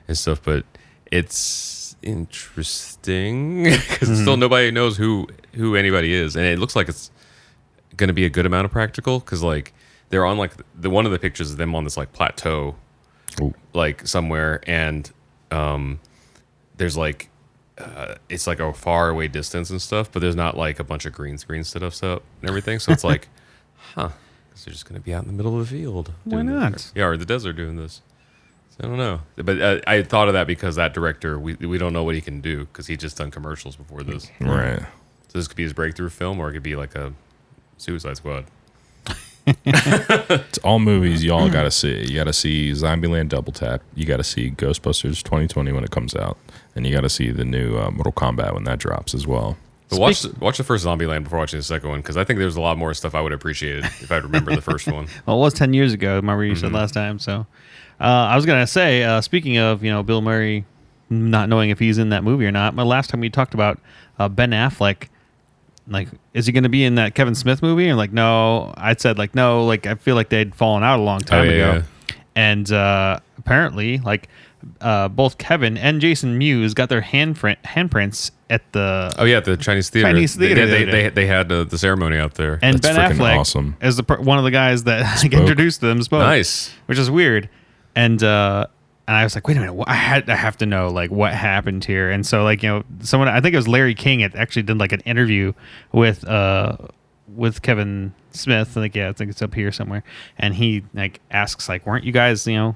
[SPEAKER 3] and stuff. But it's interesting [LAUGHS] because still nobody knows who who anybody is, and it looks like it's going to be a good amount of practical because like they're on like the one of the pictures of them on this like plateau
[SPEAKER 1] Ooh.
[SPEAKER 3] like somewhere and um there's like uh, it's like a far away distance and stuff but there's not like a bunch of green screen stuff up and everything so it's like [LAUGHS] huh 'cause they're just going to be out in the middle of the field
[SPEAKER 2] Why
[SPEAKER 3] doing this.
[SPEAKER 2] not?
[SPEAKER 3] yeah or the desert doing this so I don't know, but uh, I thought of that because that director, we, we don't know what he can do because he just done commercials before this.
[SPEAKER 1] Right.
[SPEAKER 3] So this could be his breakthrough film, or it could be like a Suicide Squad.
[SPEAKER 1] It's all movies
[SPEAKER 3] [CLEARS THROAT]
[SPEAKER 1] y'all gotta see. You gotta see Zombieland Double Tap. You gotta see Ghostbusters 2020 when it comes out, and you gotta see the new uh, Mortal Kombat when that drops as well.
[SPEAKER 3] But watch the- watch the first Zombieland before watching the second one because I think there's a lot more stuff I would appreciate if I remember the first one.
[SPEAKER 2] Well, it was 10 years ago. Remember you said last time. So uh, I was going to say, uh, speaking of, you know, Bill Murray not knowing if he's in that movie or not, but last time we talked about uh, Ben Affleck, like, is he going to be in that Kevin Smith movie? And like, no, I said like, no, like, I feel like they'd fallen out a long time
[SPEAKER 3] Oh, yeah,
[SPEAKER 2] ago. And uh, apparently like uh, both Kevin and Jason Mewes got their handprint handprints at the
[SPEAKER 3] [LAUGHS] Oh yeah, the Chinese theater.
[SPEAKER 2] Chinese
[SPEAKER 3] They-
[SPEAKER 2] theater
[SPEAKER 3] They,
[SPEAKER 2] they
[SPEAKER 3] they, they,
[SPEAKER 2] did.
[SPEAKER 3] had uh, the ceremony out there.
[SPEAKER 2] and
[SPEAKER 1] That's
[SPEAKER 2] Ben
[SPEAKER 1] freaking
[SPEAKER 2] Affleck
[SPEAKER 1] awesome.
[SPEAKER 2] as the per- one of the guys that [LAUGHS] like, introduced them spoke.
[SPEAKER 3] Nice.
[SPEAKER 2] which is weird. And uh, and I was like, wait a minute, wh- I had I have to know like what happened here. And so like you know someone I think it was Larry King had actually did like an interview with uh with Kevin Smith. I think yeah, I think it's up here somewhere. And he like asks like, weren't you guys you know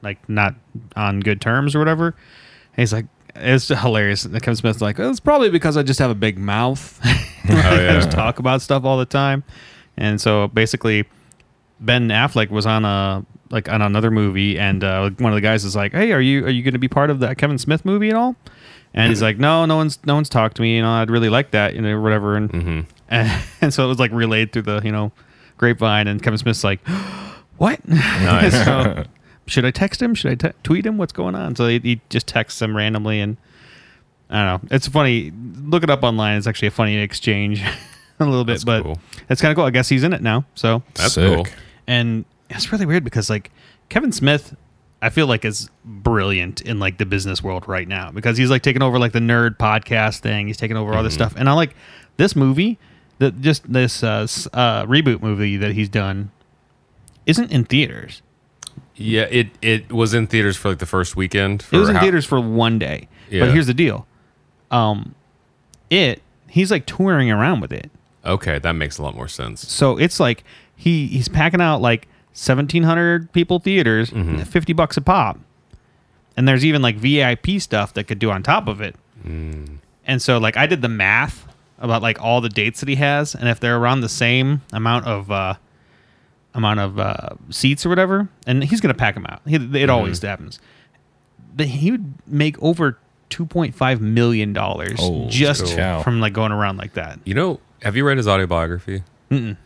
[SPEAKER 2] like not on good terms or whatever? And he's like. It's hilarious. And Kevin Smith's like, "Well, it's probably because I just have a big mouth. [LAUGHS] I just talk about stuff all the time. And so basically, Ben Affleck was on a like on another movie, and uh, one of the guys is like, "Hey, are you are you going to be part of that Kevin Smith movie at all?" And he's like, "No, no one's no one's talked to me. You know, I'd really like that. You know, whatever." And
[SPEAKER 3] Mm-hmm.
[SPEAKER 2] and, [LAUGHS] and so it was like relayed through the you know grapevine, and Kevin Smith's like, [GASPS] "What?" [LAUGHS] So, should I text him? Should I te- tweet him? What's going on? So he, he just texts him randomly, and I don't know. It's funny. Look it up online. It's actually a funny exchange, [LAUGHS] a little bit,
[SPEAKER 3] That's
[SPEAKER 2] but
[SPEAKER 3] cool.
[SPEAKER 2] it's kind of cool. I guess he's in it now. So
[SPEAKER 3] That's
[SPEAKER 1] Sick.
[SPEAKER 3] cool.
[SPEAKER 2] and it's really weird because like Kevin Smith, I feel like is brilliant in like the business world right now because he's like taking over like the nerd podcast thing. He's taking over all
[SPEAKER 3] Mm-hmm.
[SPEAKER 2] this stuff, and I like this movie that just this uh, s- uh, reboot movie that he's done isn't in theaters.
[SPEAKER 3] Yeah, it it was in theaters for like the first weekend. For
[SPEAKER 2] It was in
[SPEAKER 3] how-
[SPEAKER 2] theaters for one day.
[SPEAKER 3] Yeah.
[SPEAKER 2] But here's the deal, um, it he's like touring around with it.
[SPEAKER 3] Okay, that makes a lot more sense.
[SPEAKER 2] So it's like he he's packing out like seventeen hundred people theaters,
[SPEAKER 1] Mm-hmm.
[SPEAKER 2] fifty bucks a pop, and there's even like VIP stuff that could do on top of it.
[SPEAKER 1] Mm.
[SPEAKER 2] And so like I did the math about like all the dates that he has, and if they're around the same amount of uh, amount of uh, seats or whatever, and he's gonna pack them out. He, it
[SPEAKER 1] Mm-hmm.
[SPEAKER 2] always happens. But he would make over. Two point five million dollars
[SPEAKER 1] Holy
[SPEAKER 2] just
[SPEAKER 1] cow.
[SPEAKER 2] from like going around like that.
[SPEAKER 3] You know, have you read his autobiography?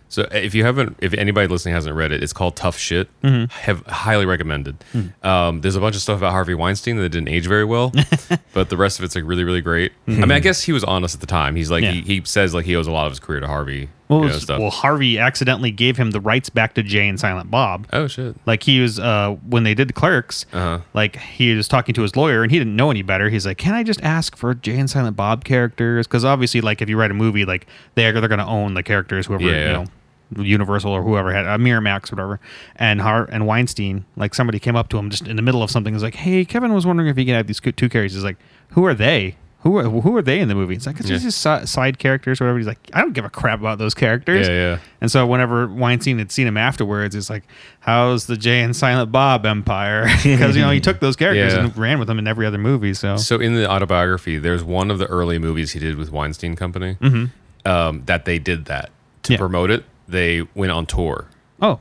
[SPEAKER 3] So uh, if you haven't, if anybody listening hasn't read it, it's called Tough Shit.
[SPEAKER 2] Mm-hmm.
[SPEAKER 3] Have highly recommended.
[SPEAKER 2] Hmm.
[SPEAKER 3] Um, there's a bunch of stuff about Harvey Weinstein that didn't age
[SPEAKER 2] [LAUGHS]
[SPEAKER 3] very well, but the rest of it's like really, really great. I mean, I guess he was honest at the time. He's like
[SPEAKER 2] Mm-hmm. Yeah.
[SPEAKER 3] he, he says like he owes a lot of his career to Harvey.
[SPEAKER 2] Well,
[SPEAKER 3] you
[SPEAKER 2] it
[SPEAKER 3] know,
[SPEAKER 2] was-
[SPEAKER 3] stuff.
[SPEAKER 2] well, Harvey accidentally gave him the rights back to Jay and Silent Bob.
[SPEAKER 3] oh shit.
[SPEAKER 2] Like he was uh, when they did the clerks,
[SPEAKER 3] Uh-huh.
[SPEAKER 2] like he was talking to his lawyer and he didn't know any better. He's like, "Can I just ask for Jay and Silent Bob characters?" Because obviously, like if you write a movie, like they're they're gonna own the characters, whoever
[SPEAKER 3] Yeah.
[SPEAKER 2] you know, Universal or whoever had uh, Miramax or whatever. And Hart and Weinstein, like somebody came up to him just in the middle of something, is like, "Hey, Kevin was wondering if he could have these co- two characters." He's like, "Who are they?" Who are, who are they in the movie? It's like it's
[SPEAKER 3] Yeah.
[SPEAKER 2] just si- side characters or whatever. He's like, I don't give a crap about those characters.
[SPEAKER 3] Yeah, yeah.
[SPEAKER 2] And so whenever Weinstein had seen him afterwards, it's like, how's the Jay and Silent Bob empire? [LAUGHS] Because you know he took those characters
[SPEAKER 3] Yeah.
[SPEAKER 2] and ran with them in every other movie. So,
[SPEAKER 3] So in the autobiography, there's one of the early movies he did with Weinstein Company um, that they did that to
[SPEAKER 2] Mm-hmm. Yeah.
[SPEAKER 3] promote it. They went on tour.
[SPEAKER 2] oh,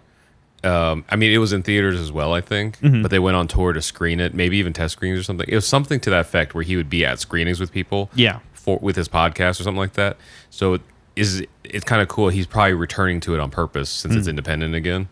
[SPEAKER 3] Um, I mean, it was in theaters as well, I think, but they went on tour to screen it, maybe even test screenings or something. It was something to that effect where he would be at screenings with people,
[SPEAKER 2] Yeah.
[SPEAKER 3] for with his podcast or something like that. So it is it's kind of cool. He's probably returning to it on purpose since it's independent again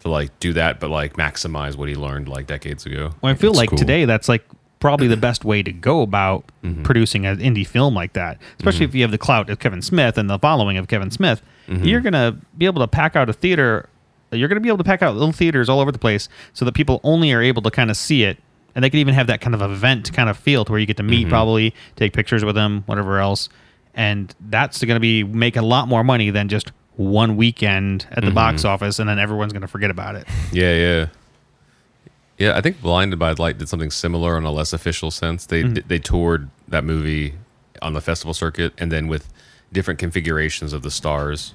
[SPEAKER 3] to like do that, but like maximize what he learned like decades ago.
[SPEAKER 2] well, I feel
[SPEAKER 1] That's
[SPEAKER 2] like
[SPEAKER 1] cool.
[SPEAKER 2] today that's like probably the best way to
[SPEAKER 1] [COUGHS]
[SPEAKER 2] go about
[SPEAKER 1] Mm-hmm.
[SPEAKER 2] producing an indie film like that, especially if you have the clout of Kevin Smith and the following of Kevin Smith.
[SPEAKER 1] Mm-hmm.
[SPEAKER 2] You're gonna be able to pack out a theater. You're gonna be able to pack out little theaters all over the place so that people only are able to kind of see it. And they could even have that kind of event kind of feel to where you get to meet
[SPEAKER 1] Mm-hmm.
[SPEAKER 2] probably, take pictures with them, whatever else. and that's going to be make a lot more money than just one weekend at the
[SPEAKER 1] Mm-hmm.
[SPEAKER 2] box office and then everyone's going to forget about it
[SPEAKER 3] Yeah, yeah. Yeah, I think Blinded by Light did something similar in a less official sense. They they toured that movie on the festival circuit and then with different configurations of the stars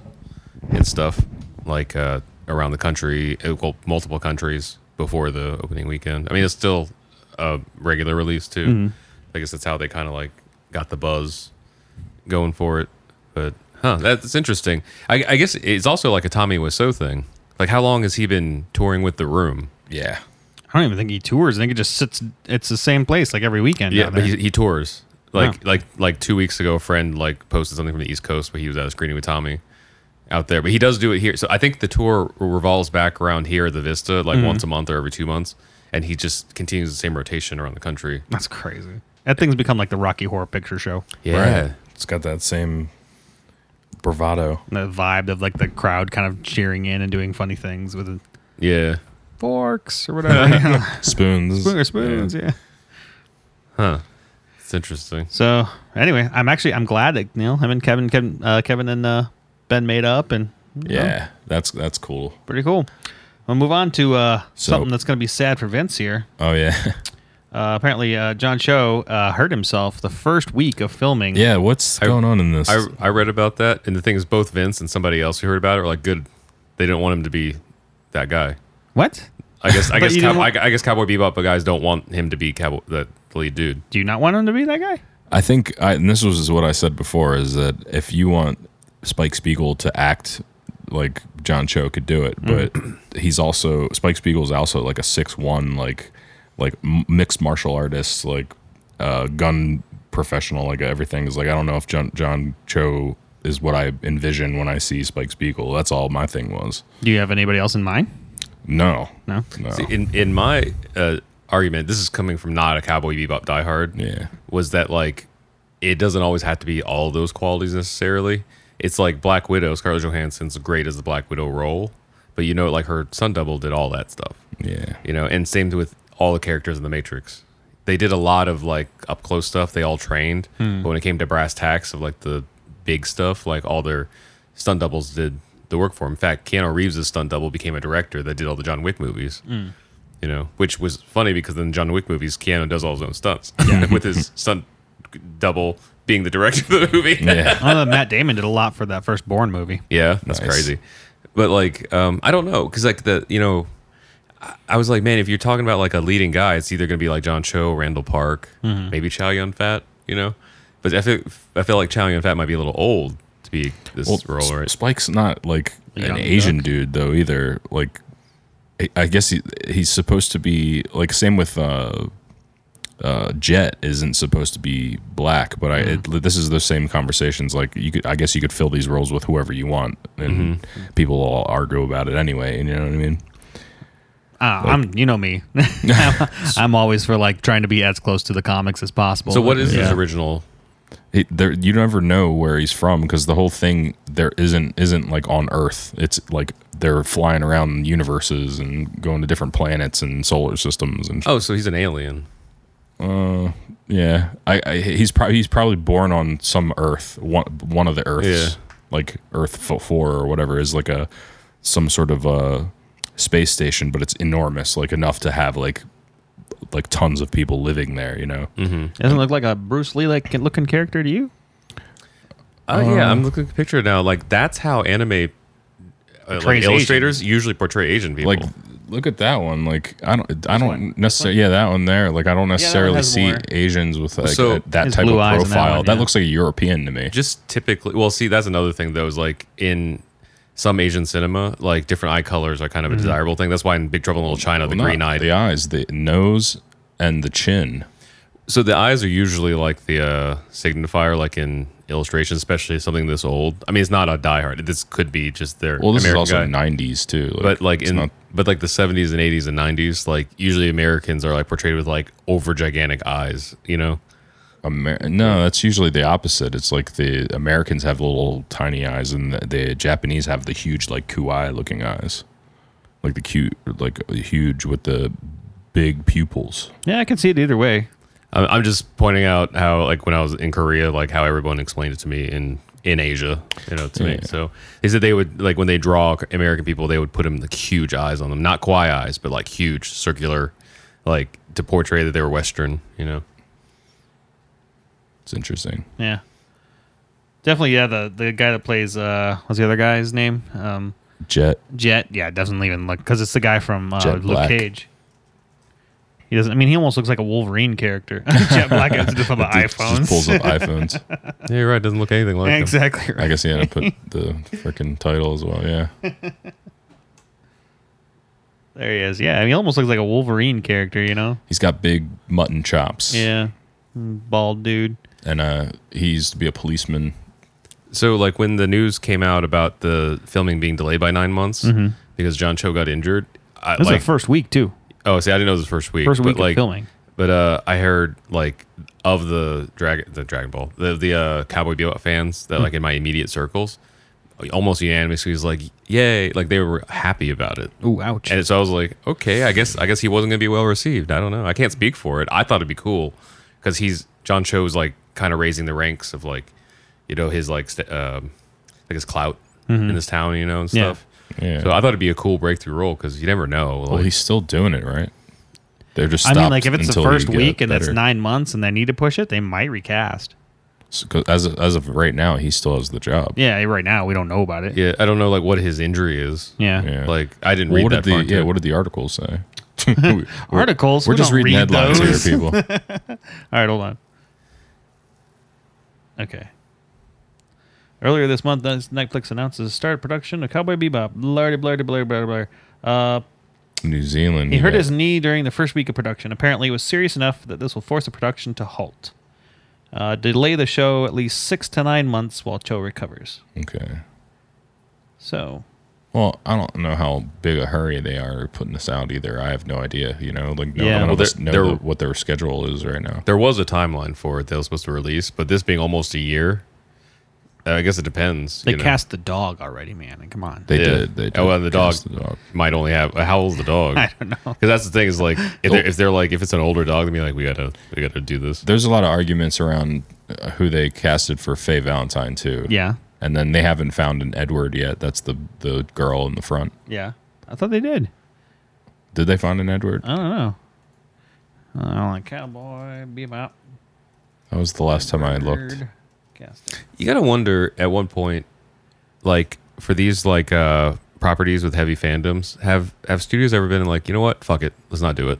[SPEAKER 3] and stuff like uh, around the country, uh, well, multiple countries before the opening weekend. I mean, it's still a regular release too. I guess that's how they kind of like got the buzz going for it. But huh, that's interesting. I, I guess it's also like a Tommy Wiseau thing. Like, how long has he been touring with the Room?
[SPEAKER 1] Yeah.
[SPEAKER 2] i don't even think he tours i think it just sits it's the same place like every weekend
[SPEAKER 3] Yeah,
[SPEAKER 2] down
[SPEAKER 3] but
[SPEAKER 2] there.
[SPEAKER 3] he, he tours. Like like like two weeks ago, a friend like posted something from the East Coast where he was at a screening with Tommy out there. But he does do it here. So I think the tour revolves back around here at the Vista, like once a month or every two months, and he just continues the same rotation around the country.
[SPEAKER 2] that's crazy that thing's become like the rocky horror picture show
[SPEAKER 1] Right. It's got that same bravado.
[SPEAKER 2] the vibe of like the crowd kind of cheering in and doing funny things with
[SPEAKER 3] yeah.
[SPEAKER 2] forks
[SPEAKER 1] [LAUGHS]
[SPEAKER 2] or whatever [LAUGHS]
[SPEAKER 1] Spoons.
[SPEAKER 2] spoon or spoons yeah.
[SPEAKER 3] Huh. It's interesting.
[SPEAKER 2] so anyway i'm actually i'm glad that you know him and kevin kevin uh, kevin and uh, ben made up and you know,
[SPEAKER 1] Yeah. That's that's cool.
[SPEAKER 2] pretty cool. We'll move on to uh,
[SPEAKER 1] So-
[SPEAKER 2] something that's going to be sad for Vince here.
[SPEAKER 1] Oh yeah.
[SPEAKER 2] Uh, apparently, uh, John Cho uh, hurt himself the first week of filming.
[SPEAKER 1] Yeah, what's going on in this?
[SPEAKER 3] I I read about that, and the thing is, both Vince and somebody else who heard about it were like, "Good, they didn't want him to be that guy."
[SPEAKER 2] What?
[SPEAKER 3] I guess
[SPEAKER 2] [LAUGHS]
[SPEAKER 3] I
[SPEAKER 2] But
[SPEAKER 3] guess
[SPEAKER 2] you
[SPEAKER 3] Cow-
[SPEAKER 2] didn't want-
[SPEAKER 3] I, I guess Cowboy Bebop but guys don't want him to be Cowboy the lead dude.
[SPEAKER 2] Do you not want him to be that guy?
[SPEAKER 1] I think, I, and this was what I said before, is that if you want Spike Spiegel to act like John Cho could do it, but he's also Spike Spiegel's also like a six one like like m- mixed martial artist, like uh, gun professional, like everything is like I don't know if John John Cho is what I envision when I see Spike Spiegel. That's all my thing was.
[SPEAKER 2] Do you have anybody else in mind?
[SPEAKER 1] No,
[SPEAKER 2] No.
[SPEAKER 1] no,
[SPEAKER 3] See, in in my uh, argument, this is coming from not a Cowboy Bebop diehard.
[SPEAKER 1] yeah,
[SPEAKER 3] was that like it doesn't always have to be all those qualities necessarily. It's like Black Widow. Scarlett Johansson's great as the Black Widow role, but you know, like her son double did all that stuff.
[SPEAKER 1] yeah.
[SPEAKER 3] You know, and same with all the characters in the Matrix. They did a lot of like up close stuff. They all trained, but when it came to brass tacks of like the big stuff, like all their stunt doubles did the work for him. In fact, Keanu Reeves' stunt double became a director that did all the John Wick movies. You know, which was funny because in John Wick movies, Keanu does all his own stunts [LAUGHS] with his stunt double being the director of the movie.
[SPEAKER 1] Yeah.
[SPEAKER 2] I know that Matt Damon did a lot for that first Born movie.
[SPEAKER 3] Yeah, that's
[SPEAKER 1] Nice.
[SPEAKER 3] crazy. But like, um, I don't know, because like the you know, I, I was like, man, if you're talking about like a leading guy, it's either gonna be like John Cho, Randall Park,
[SPEAKER 1] Mm-hmm.
[SPEAKER 3] maybe Chow Yun Fat, you know. But I feel I feel like Chow Yun Fat might be a little old to be this role,
[SPEAKER 1] Sp-
[SPEAKER 3] right?
[SPEAKER 1] Spike's not like an
[SPEAKER 2] young
[SPEAKER 1] Asian dude though either. Like, I- I guess he, he's supposed to be like same with uh, uh, Jet isn't supposed to be black, but I it, this is those same conversations. Like you could, I guess you could fill these roles with whoever you want, and people all argue about it anyway. And you know what I mean?
[SPEAKER 2] Uh, I'm, you
[SPEAKER 1] [LAUGHS]
[SPEAKER 2] know me. [LAUGHS] I'm, I'm always for like trying to be as close to the comics as possible.
[SPEAKER 3] So what is
[SPEAKER 2] yeah.
[SPEAKER 3] his original?
[SPEAKER 1] He, there, you never know where he's from because the whole thing there isn't isn't like on Earth. It's like they're flying around universes and going to different planets and solar systems and
[SPEAKER 3] Oh, so he's an alien.
[SPEAKER 1] Yeah, I, I he's probably he's probably born on some Earth, one one of the Earths,
[SPEAKER 3] Yeah.
[SPEAKER 1] like Earth fo- four or whatever is like a some sort of a space station, but it's enormous, like enough to have like like tons of people living there. You know,
[SPEAKER 3] Mm-hmm.
[SPEAKER 2] Doesn't look like a Bruce Lee like looking character to you?
[SPEAKER 1] Uh,
[SPEAKER 3] Oh yeah,
[SPEAKER 1] um,
[SPEAKER 3] I'm looking at the picture now. Like that's how anime uh, like
[SPEAKER 2] Portrays
[SPEAKER 3] illustrators usually portray Asian people.
[SPEAKER 1] like look at that one. Like I don't I don't necessarily yeah that one there. Like I don't necessarily
[SPEAKER 2] has
[SPEAKER 1] see
[SPEAKER 2] more.
[SPEAKER 1] Asians with like
[SPEAKER 3] So-
[SPEAKER 1] a- that
[SPEAKER 2] His
[SPEAKER 1] type of
[SPEAKER 2] blue eyes in that
[SPEAKER 1] profile. That,
[SPEAKER 2] one, yeah.
[SPEAKER 1] looks like a European to me.
[SPEAKER 3] just typically well see that's another thing though is like in some asian cinema like different eye colors are kind of a desirable thing that's why in big trouble in little china the
[SPEAKER 1] Mm-hmm. Not
[SPEAKER 3] green eye
[SPEAKER 1] the eyes, the nose, and the chin.
[SPEAKER 3] so the eyes are usually like the uh, signifier like in illustration especially something this old i mean it's not a diehard this could be just their
[SPEAKER 1] Well, this
[SPEAKER 3] American
[SPEAKER 1] is also
[SPEAKER 3] guy.
[SPEAKER 1] '90s too.
[SPEAKER 3] but like
[SPEAKER 1] it's
[SPEAKER 3] in
[SPEAKER 1] not-
[SPEAKER 3] but like the 70s and 80s and 90s like usually americans are like portrayed with like over gigantic eyes you know
[SPEAKER 1] Amer- no, that's usually the opposite. It's like the Americans have little tiny eyes, and the, the Japanese have the huge, like kuai looking eyes, like the cute, like huge with the big pupils.
[SPEAKER 2] Yeah, I can see it either way.
[SPEAKER 3] I'm- i'm just pointing out how like when i was in korea like how everyone explained it to me in in asia you know to me
[SPEAKER 1] Yeah.
[SPEAKER 3] so they said they would like when they draw american people they would put them like huge eyes on them not kwai eyes but like huge circular like to portray that they were western you know
[SPEAKER 1] It's interesting.
[SPEAKER 2] Yeah. Definitely, yeah. The the guy that plays uh, what's the other guy's name? Um,
[SPEAKER 1] Jet.
[SPEAKER 2] Jet. Yeah, it doesn't even look because it's the guy from uh,
[SPEAKER 1] Jet
[SPEAKER 2] Luke
[SPEAKER 1] Black.
[SPEAKER 2] Cage. He doesn't. I mean, he almost looks like a Wolverine character. [LAUGHS] Jet Black is just on the
[SPEAKER 1] Just- Just pulls
[SPEAKER 2] iPhones. [LAUGHS]
[SPEAKER 1] up iPhones.
[SPEAKER 3] yeah you're right doesn't look anything like them.
[SPEAKER 2] exactly
[SPEAKER 1] I
[SPEAKER 2] right.
[SPEAKER 1] guess he had to put the freaking title as well. Yeah.
[SPEAKER 2] There he is. Yeah, I mean, he almost looks like a Wolverine character. You know?
[SPEAKER 1] He's got big mutton chops.
[SPEAKER 2] Yeah. Bald dude.
[SPEAKER 1] And uh, he used to be a policeman.
[SPEAKER 3] so like when the news came out about the filming being delayed by nine months because john cho got injured I,
[SPEAKER 2] Mm-hmm. This
[SPEAKER 3] like
[SPEAKER 2] is the first week too.
[SPEAKER 3] oh see i didn't know this was first week
[SPEAKER 2] First
[SPEAKER 3] but,
[SPEAKER 2] week
[SPEAKER 3] like
[SPEAKER 2] of filming.
[SPEAKER 3] But uh, I heard like of the dragon, the Dragon Ball, the the uh, Cowboy Bebop fans that like in my immediate circles, almost unanimously was like, "Yay!" Like they were happy about it.
[SPEAKER 2] Ooh, ouch.
[SPEAKER 3] And so I was like, "Okay, I guess I guess he wasn't gonna be well received. I don't know. I can't speak for it. I thought it'd be cool because he's John Cho is like kind of raising the ranks of like, you know, his like st- um, like his clout in this town, you know, and
[SPEAKER 2] Yeah.
[SPEAKER 3] stuff.
[SPEAKER 1] Yeah.
[SPEAKER 3] So I thought it'd be a cool breakthrough role because you never know.
[SPEAKER 1] well,
[SPEAKER 3] like-
[SPEAKER 1] he's still doing it, right? They're just.
[SPEAKER 2] I mean,
[SPEAKER 1] stopped
[SPEAKER 2] like if it's the
[SPEAKER 1] until you
[SPEAKER 2] first
[SPEAKER 1] get
[SPEAKER 2] week and it's
[SPEAKER 1] better.
[SPEAKER 2] nine months and they need to push it, they might recast.
[SPEAKER 1] So, 'cause as of, as of right now, he still has the job.
[SPEAKER 2] Yeah, right now we don't know about it.
[SPEAKER 3] yeah, I don't know like what his injury is.
[SPEAKER 2] Yeah.
[SPEAKER 1] Yeah.
[SPEAKER 3] Like I didn't
[SPEAKER 1] Well,
[SPEAKER 3] read
[SPEAKER 1] what
[SPEAKER 3] that
[SPEAKER 1] did the
[SPEAKER 3] far into
[SPEAKER 1] yeah?
[SPEAKER 3] it.
[SPEAKER 1] What did the articles say? We're-
[SPEAKER 2] Articles?
[SPEAKER 1] We're
[SPEAKER 2] We
[SPEAKER 1] just
[SPEAKER 2] don't
[SPEAKER 1] reading
[SPEAKER 2] read
[SPEAKER 1] headlines
[SPEAKER 2] those.
[SPEAKER 1] here, people.
[SPEAKER 2] All right, hold on. Okay. Earlier this month, Netflix announces start production of Cowboy Bebop. Blardy, blardy, blardy, blardy, blardy. Uh,
[SPEAKER 1] New Zealand.
[SPEAKER 2] he hurt
[SPEAKER 1] yeah.
[SPEAKER 2] his knee during the first week of production. Apparently, it was serious enough that this will force the production to halt. Uh, delay the show at least six to nine months while Cho recovers.
[SPEAKER 1] Okay.
[SPEAKER 2] So,
[SPEAKER 1] Well, I don't know how big a hurry they are putting this out either. I have no idea. You know, like no,
[SPEAKER 2] Yeah.
[SPEAKER 1] yeah. none
[SPEAKER 2] Well,
[SPEAKER 1] of us
[SPEAKER 3] they're-
[SPEAKER 1] know
[SPEAKER 3] they're-
[SPEAKER 1] the- what their schedule is right now.
[SPEAKER 3] There was a timeline for it they were supposed to release, but this being almost a year, uh, I guess it depends.
[SPEAKER 2] They
[SPEAKER 3] you know.
[SPEAKER 2] cast the dog already, man. And come on.
[SPEAKER 1] They
[SPEAKER 3] Yeah.
[SPEAKER 1] did. They did.
[SPEAKER 3] Oh, well, the dog,
[SPEAKER 1] cast the dog.
[SPEAKER 3] might only have. How old's the dog? [LAUGHS] I don't know. Because that's the thing is like if they're, if they're like if it's an older dog, they be like we gotta we gotta do this.
[SPEAKER 1] There's a lot of arguments around uh, who they casted for Faye Valentine too.
[SPEAKER 2] yeah.
[SPEAKER 1] And then they haven't found an Edward yet. That's the the girl in the front.
[SPEAKER 2] Yeah. I thought they did.
[SPEAKER 1] Did they find an Edward?
[SPEAKER 2] I don't know.
[SPEAKER 1] Hmm.
[SPEAKER 2] I don't like cowboy bebop.
[SPEAKER 1] That was the last time I looked.
[SPEAKER 2] Bird. Cast it.
[SPEAKER 3] You gotta wonder at one point, like for these like uh properties with heavy fandoms, have have studios ever been like you know what? Fuck it, let's not do it.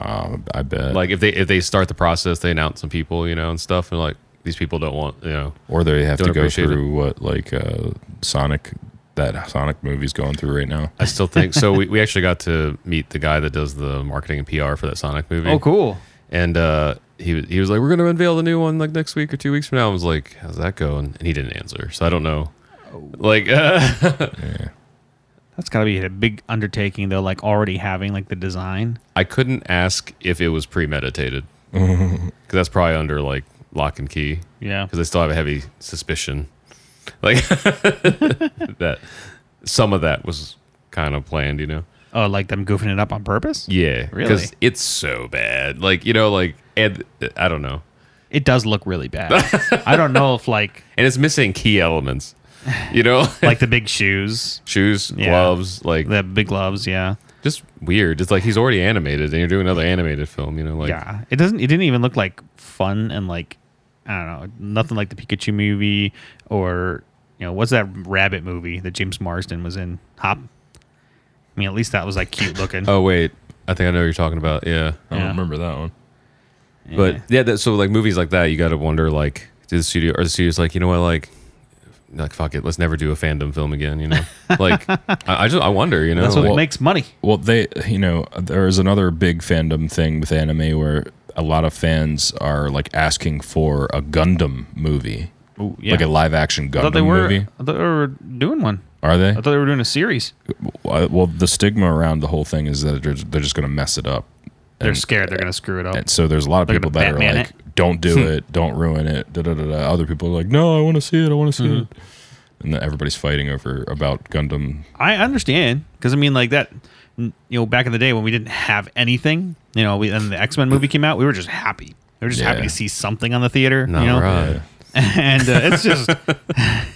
[SPEAKER 1] Uh, I bet.
[SPEAKER 3] Like if they if they start the process, they announce some people you know and stuff, and like these people don't want you know.
[SPEAKER 1] or they have to
[SPEAKER 3] Don't
[SPEAKER 1] go
[SPEAKER 3] appreciate it.
[SPEAKER 1] through what like uh, Sonic that Sonic movie's going through right now.
[SPEAKER 3] I still think so. We, we actually got to meet the guy that does the marketing and PR for that Sonic movie.
[SPEAKER 2] Oh, cool.
[SPEAKER 3] and uh, he was- he was like, "We're gonna unveil the new one like next week or two weeks from now." I was like, "How's that going?" And he didn't answer, so I don't know.
[SPEAKER 2] Oh.
[SPEAKER 3] Like, [LAUGHS]
[SPEAKER 2] That's got to be a big undertaking, though. Like already having like the design.
[SPEAKER 3] I couldn't ask if it
[SPEAKER 2] [LAUGHS]
[SPEAKER 3] was premeditated because that's probably under like lock and key
[SPEAKER 2] Yeah.
[SPEAKER 3] because I still have a heavy suspicion, like [LAUGHS] that some of that was kind of planned, you know.
[SPEAKER 2] Oh, like them goofing it up on purpose.
[SPEAKER 3] Yeah,
[SPEAKER 2] Really?
[SPEAKER 3] it's so bad. Like you know, like and uh, I don't know,
[SPEAKER 2] It does look
[SPEAKER 1] [LAUGHS]
[SPEAKER 2] really bad. I don't know if like
[SPEAKER 3] and it's missing key elements.
[SPEAKER 2] [LAUGHS]
[SPEAKER 3] You know, [LAUGHS]
[SPEAKER 2] like the big shoes,
[SPEAKER 3] shoes,
[SPEAKER 2] Yeah.
[SPEAKER 3] gloves, like
[SPEAKER 2] the big gloves. Yeah.
[SPEAKER 3] just weird. It's like he's already animated, and you're doing another animated film. You know, like
[SPEAKER 2] yeah. It doesn't. It didn't even look like fun and like I don't know. Nothing like the Pikachu movie or you know what's that rabbit movie that James Marsden was in? Hop. I mean, at least that was like cute looking.
[SPEAKER 3] oh wait, I think I know what you're talking about. Yeah,
[SPEAKER 1] I don't
[SPEAKER 2] Yeah.
[SPEAKER 1] remember that one.
[SPEAKER 3] but yeah, that, so like movies like that, you got to wonder like, did the studio or the studio's like, you know what, like. Like fuck it, let's never do a fandom film again.
[SPEAKER 2] [LAUGHS]
[SPEAKER 3] You know, like I, I just I wonder. You know,
[SPEAKER 2] that's what
[SPEAKER 3] like-
[SPEAKER 2] makes money.
[SPEAKER 1] Well, they, you know, there is another big fandom thing with anime where a lot of fans are like asking for a Gundam movie,
[SPEAKER 2] Ooh, yeah.
[SPEAKER 1] like a live action
[SPEAKER 2] I
[SPEAKER 1] Gundam
[SPEAKER 2] thought they were.
[SPEAKER 1] movie.
[SPEAKER 2] I thought they were doing one.
[SPEAKER 1] Are they?
[SPEAKER 2] I thought they were doing a series.
[SPEAKER 1] Well, well, the stigma around the whole thing is that they're, they're just going to mess it up.
[SPEAKER 2] They're
[SPEAKER 1] And-
[SPEAKER 2] scared they're gonna screw it up.
[SPEAKER 1] And so there's a lot of
[SPEAKER 2] They're
[SPEAKER 1] people
[SPEAKER 2] gonna
[SPEAKER 1] that are
[SPEAKER 2] Batman Hmm.
[SPEAKER 1] like, don't do it, don't ruin it. Da, da, da, da. Other people are like, no, I want to see it, I want to see
[SPEAKER 2] Hmm.
[SPEAKER 1] it. And then everybody's fighting over about Gundam.
[SPEAKER 2] I understand because I mean, like that. n- You know, back in the day when we didn't have anything, you know, we, and the X Men movie came out, we were just happy. We were just happy
[SPEAKER 1] Yeah.
[SPEAKER 2] to see something on the theater.
[SPEAKER 3] Nah,
[SPEAKER 2] you know,
[SPEAKER 3] right.
[SPEAKER 2] [LAUGHS] and uh, it's just. [LAUGHS]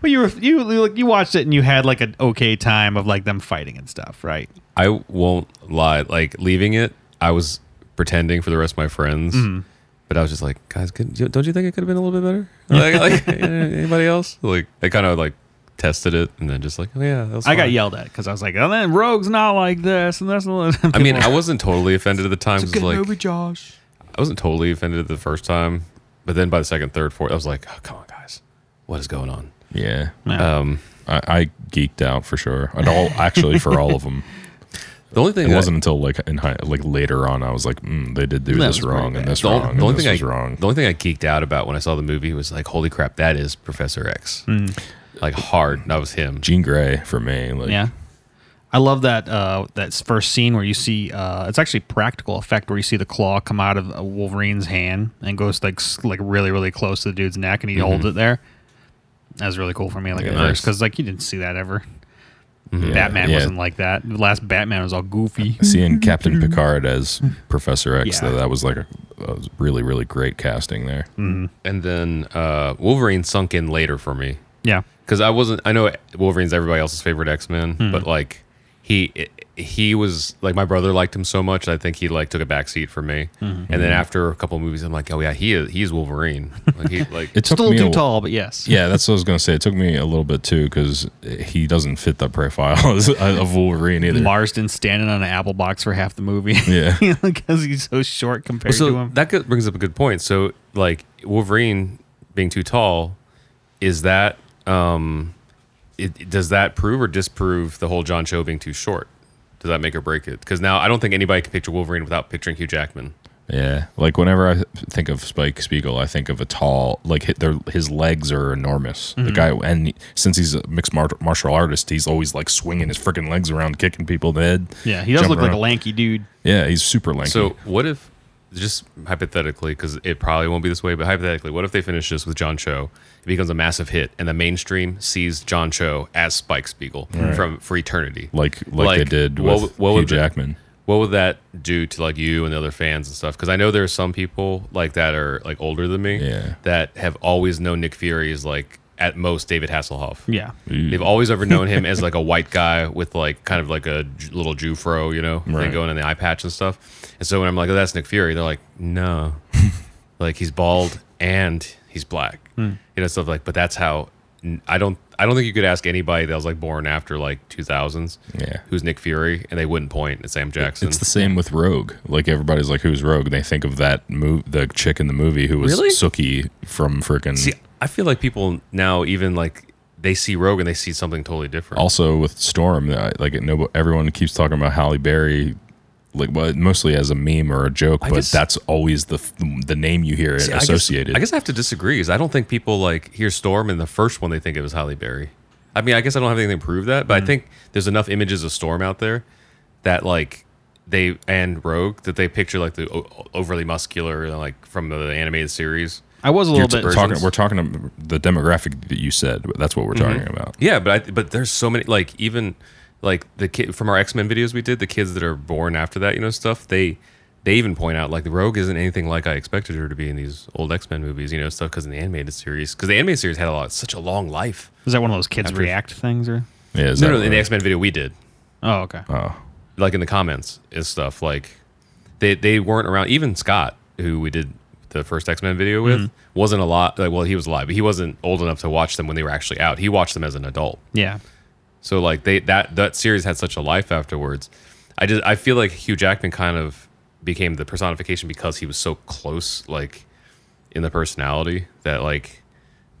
[SPEAKER 2] But you were you you, like, you watched it and you had like an okay time of like them fighting and stuff, right?
[SPEAKER 3] I won't lie. Like leaving it, I was pretending for the rest of my friends,
[SPEAKER 2] Mm-hmm.
[SPEAKER 3] but I was just like, guys, could, don't you think it could have been a little
[SPEAKER 2] [LAUGHS]
[SPEAKER 3] bit better? Like, like anybody else? Like I kind of like tested it and then just like, oh yeah, that was
[SPEAKER 2] I got
[SPEAKER 3] fine.
[SPEAKER 2] yelled at because I was like, "Oh, then Rogue's not like this," [LAUGHS] and that's.
[SPEAKER 3] I mean, I wasn't totally offended at the time. 'cause, like,
[SPEAKER 2] Josh.
[SPEAKER 3] I wasn't totally offended the first time, but then by the second, third, fourth, I was like, oh, come on, guys, what is going on?
[SPEAKER 1] Yeah.
[SPEAKER 3] Um,
[SPEAKER 1] I, I geeked out for sure. And all, actually, for all of them.
[SPEAKER 3] the only thing
[SPEAKER 1] It
[SPEAKER 3] that-
[SPEAKER 1] wasn't until like in high, like later on I was like, mm, they did do
[SPEAKER 2] That was
[SPEAKER 1] this
[SPEAKER 2] pretty
[SPEAKER 1] wrong and
[SPEAKER 2] bad.
[SPEAKER 1] this
[SPEAKER 3] the,
[SPEAKER 1] wrong.
[SPEAKER 3] only- the
[SPEAKER 1] and
[SPEAKER 3] only
[SPEAKER 1] this
[SPEAKER 3] thing I
[SPEAKER 1] is wrong.
[SPEAKER 3] the only thing I geeked out about when I saw the movie was like, holy crap, that is Professor X,
[SPEAKER 1] Mm-hmm.
[SPEAKER 3] like hard. That was him.
[SPEAKER 1] Jean Grey for me. Like,
[SPEAKER 2] Yeah. I love that uh, that first scene where you see uh, it's actually practical effect where you see the claw come out of uh, Wolverine's hand and goes like s- like really really close to the dude's neck and he
[SPEAKER 1] Mm-hmm.
[SPEAKER 2] holds it there. That was really cool for me like at
[SPEAKER 3] nice.
[SPEAKER 2] first because like you didn't see that ever.
[SPEAKER 1] Mm-hmm. yeah,
[SPEAKER 2] Batman
[SPEAKER 1] yeah.
[SPEAKER 2] wasn't like that. The last Batman was all
[SPEAKER 1] [LAUGHS]
[SPEAKER 2] goofy.
[SPEAKER 1] Seeing Captain Picard as Professor X,
[SPEAKER 2] Yeah. Mm.
[SPEAKER 1] though, that was like a, a really, really great casting there.
[SPEAKER 3] and then uh, Wolverine sunk in later for me
[SPEAKER 2] Yeah,
[SPEAKER 3] because I wasn't. I know Wolverine's everybody else's favorite X Men,
[SPEAKER 1] Hmm.
[SPEAKER 3] but like he he was like my brother liked him so much. I think he like took a backseat for me.
[SPEAKER 1] Mm-hmm.
[SPEAKER 3] And then after a couple of movies, I'm like, oh yeah, he is he's Wolverine. Like
[SPEAKER 1] [LAUGHS]
[SPEAKER 3] he like
[SPEAKER 1] It took
[SPEAKER 2] still
[SPEAKER 1] me
[SPEAKER 2] too
[SPEAKER 1] a,
[SPEAKER 2] tall, but yes.
[SPEAKER 1] Yeah, that's what I was gonna say. It took me a little bit too because he doesn't fit the profile [LAUGHS] as- uh, of Wolverine either.
[SPEAKER 2] Marsden standing on an apple box for half the movie.
[SPEAKER 1] [LAUGHS]
[SPEAKER 2] [LAUGHS]
[SPEAKER 1] Yeah.
[SPEAKER 2] because he's so short compared to
[SPEAKER 3] so
[SPEAKER 2] him.
[SPEAKER 3] that good, brings up a good point. So like Wolverine being too tall, is that um, it, does that prove or disprove the whole John Cho being too short? Does that make or break it? Because now I don't think anybody can picture Wolverine without picturing Hugh Jackman.
[SPEAKER 1] yeah, like whenever I think of Spike Spiegel, I think of a tall, like his, their, his legs are enormous. The guy, and he- since he's a mixed mar- martial artist, he's always like swinging his freaking legs around, kicking people in the head.
[SPEAKER 2] Yeah, he does look
[SPEAKER 1] jumping
[SPEAKER 2] like a
[SPEAKER 1] around.
[SPEAKER 2] lanky dude.
[SPEAKER 1] Yeah, he's super lanky.
[SPEAKER 3] So what if, just hypothetically, because it probably won't be this way, but hypothetically, what if they finish this with John Cho? It becomes a massive hit, and the mainstream sees John Cho as Spike Spiegel from for eternity.
[SPEAKER 1] like, like they did with
[SPEAKER 3] what, what
[SPEAKER 1] Hugh
[SPEAKER 3] would the-
[SPEAKER 1] Jackman.
[SPEAKER 3] what would that do to like you and the other fans and stuff? Because I know there are some people like that are like older than me
[SPEAKER 1] Yeah.
[SPEAKER 3] that have always known Nick Fury as like at most David Hasselhoff.
[SPEAKER 2] Yeah,
[SPEAKER 3] They've always ever known him as like a white guy with like kind of like a j- little Jew fro, you know, thing
[SPEAKER 1] Right.
[SPEAKER 3] going in the eye patch and stuff. And so when I'm like, oh, that's Nick Fury, they're like,
[SPEAKER 1] [LAUGHS]
[SPEAKER 3] no, like he's bald and he's black, you know, stuff like. But that's how I don't I don't think you could ask anybody that was like born after like 2000s,
[SPEAKER 1] Yeah.
[SPEAKER 3] who's Nick Fury, and they wouldn't point at Sam Jackson.
[SPEAKER 1] It's the same with Rogue. Like everybody's like, "Who's Rogue?" And they think of that move, the chick in the movie who was
[SPEAKER 3] Really?
[SPEAKER 1] Sookie from freaking.
[SPEAKER 3] See, I feel like people now even like they see Rogue and they see something totally different.
[SPEAKER 1] also with Storm, I- like no, everyone keeps talking about Halle Berry like well, mostly as a meme or a joke,
[SPEAKER 3] I
[SPEAKER 1] but
[SPEAKER 3] guess-
[SPEAKER 1] that's always the f- the name you hear it
[SPEAKER 3] See, I guess-
[SPEAKER 1] associated.
[SPEAKER 3] I guess, I have to disagree because I don't think people like hear Storm and the first one they think it was Halle Berry. I mean, I guess I don't have anything to prove that, but I think there's enough images of Storm out there that like they and Rogue that they picture like the o- overly muscular like from the animated series.
[SPEAKER 2] I was a
[SPEAKER 1] You're
[SPEAKER 2] little
[SPEAKER 1] t-
[SPEAKER 2] bit.
[SPEAKER 3] versions. Mm-hmm.
[SPEAKER 1] talking. We're talking about the demographic that you said. That's what we're talking about.
[SPEAKER 3] Yeah, but I, but there's so many like even like the kid from our X Men videos we did the kids that are born after that you know stuff they they even point out like the Rogue isn't anything like I expected her to be in these old X Men movies you know stuff because in the animated series because the animated series had a lot such a long life.
[SPEAKER 2] Is that one of those kids
[SPEAKER 3] After-
[SPEAKER 2] react things or?
[SPEAKER 1] Yeah, is
[SPEAKER 3] No,
[SPEAKER 1] that
[SPEAKER 3] no, in the
[SPEAKER 1] right?
[SPEAKER 3] X Men video we did
[SPEAKER 2] Oh, okay.
[SPEAKER 1] Oh.
[SPEAKER 3] like in the comments is stuff like they they weren't around. Even Scott, who we did the first X Men video with,
[SPEAKER 1] Mm-hmm.
[SPEAKER 3] wasn't a lot. Like, well, he was alive, but he wasn't old enough to watch them when they were actually out. He watched them as an adult.
[SPEAKER 2] Yeah.
[SPEAKER 3] So like they that that series had such a life afterwards. I just I feel like Hugh Jackman kind of became the personification because he was so close, like in the personality that like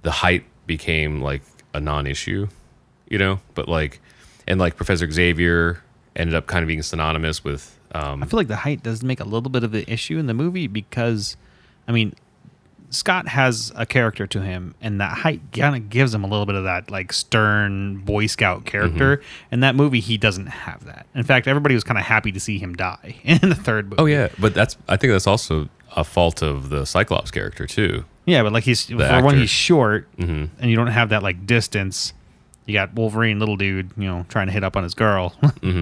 [SPEAKER 3] the height became like a non-issue, you know. But like and like Professor Xavier ended up kind of being synonymous with.
[SPEAKER 2] I
[SPEAKER 3] Um,
[SPEAKER 2] feel like the height does make a little bit of an issue in the movie because, I mean, Scott has a character to him, and that height kind of gives him a little bit of that like stern Boy
[SPEAKER 3] Mm-hmm.
[SPEAKER 2] Scout character. In that movie, he doesn't have that. In fact, everybody was kind of happy to see him die [LAUGHS] in the third movie.
[SPEAKER 3] oh yeah, but that's I think that's also a fault of the Cyclops character too.
[SPEAKER 2] Yeah, but like he's for
[SPEAKER 3] actor. Mm-hmm.
[SPEAKER 2] one, he's short, and you don't have that like distance. You got Wolverine, little dude, you know, trying to hit up on his girl. [LAUGHS]
[SPEAKER 3] Mm.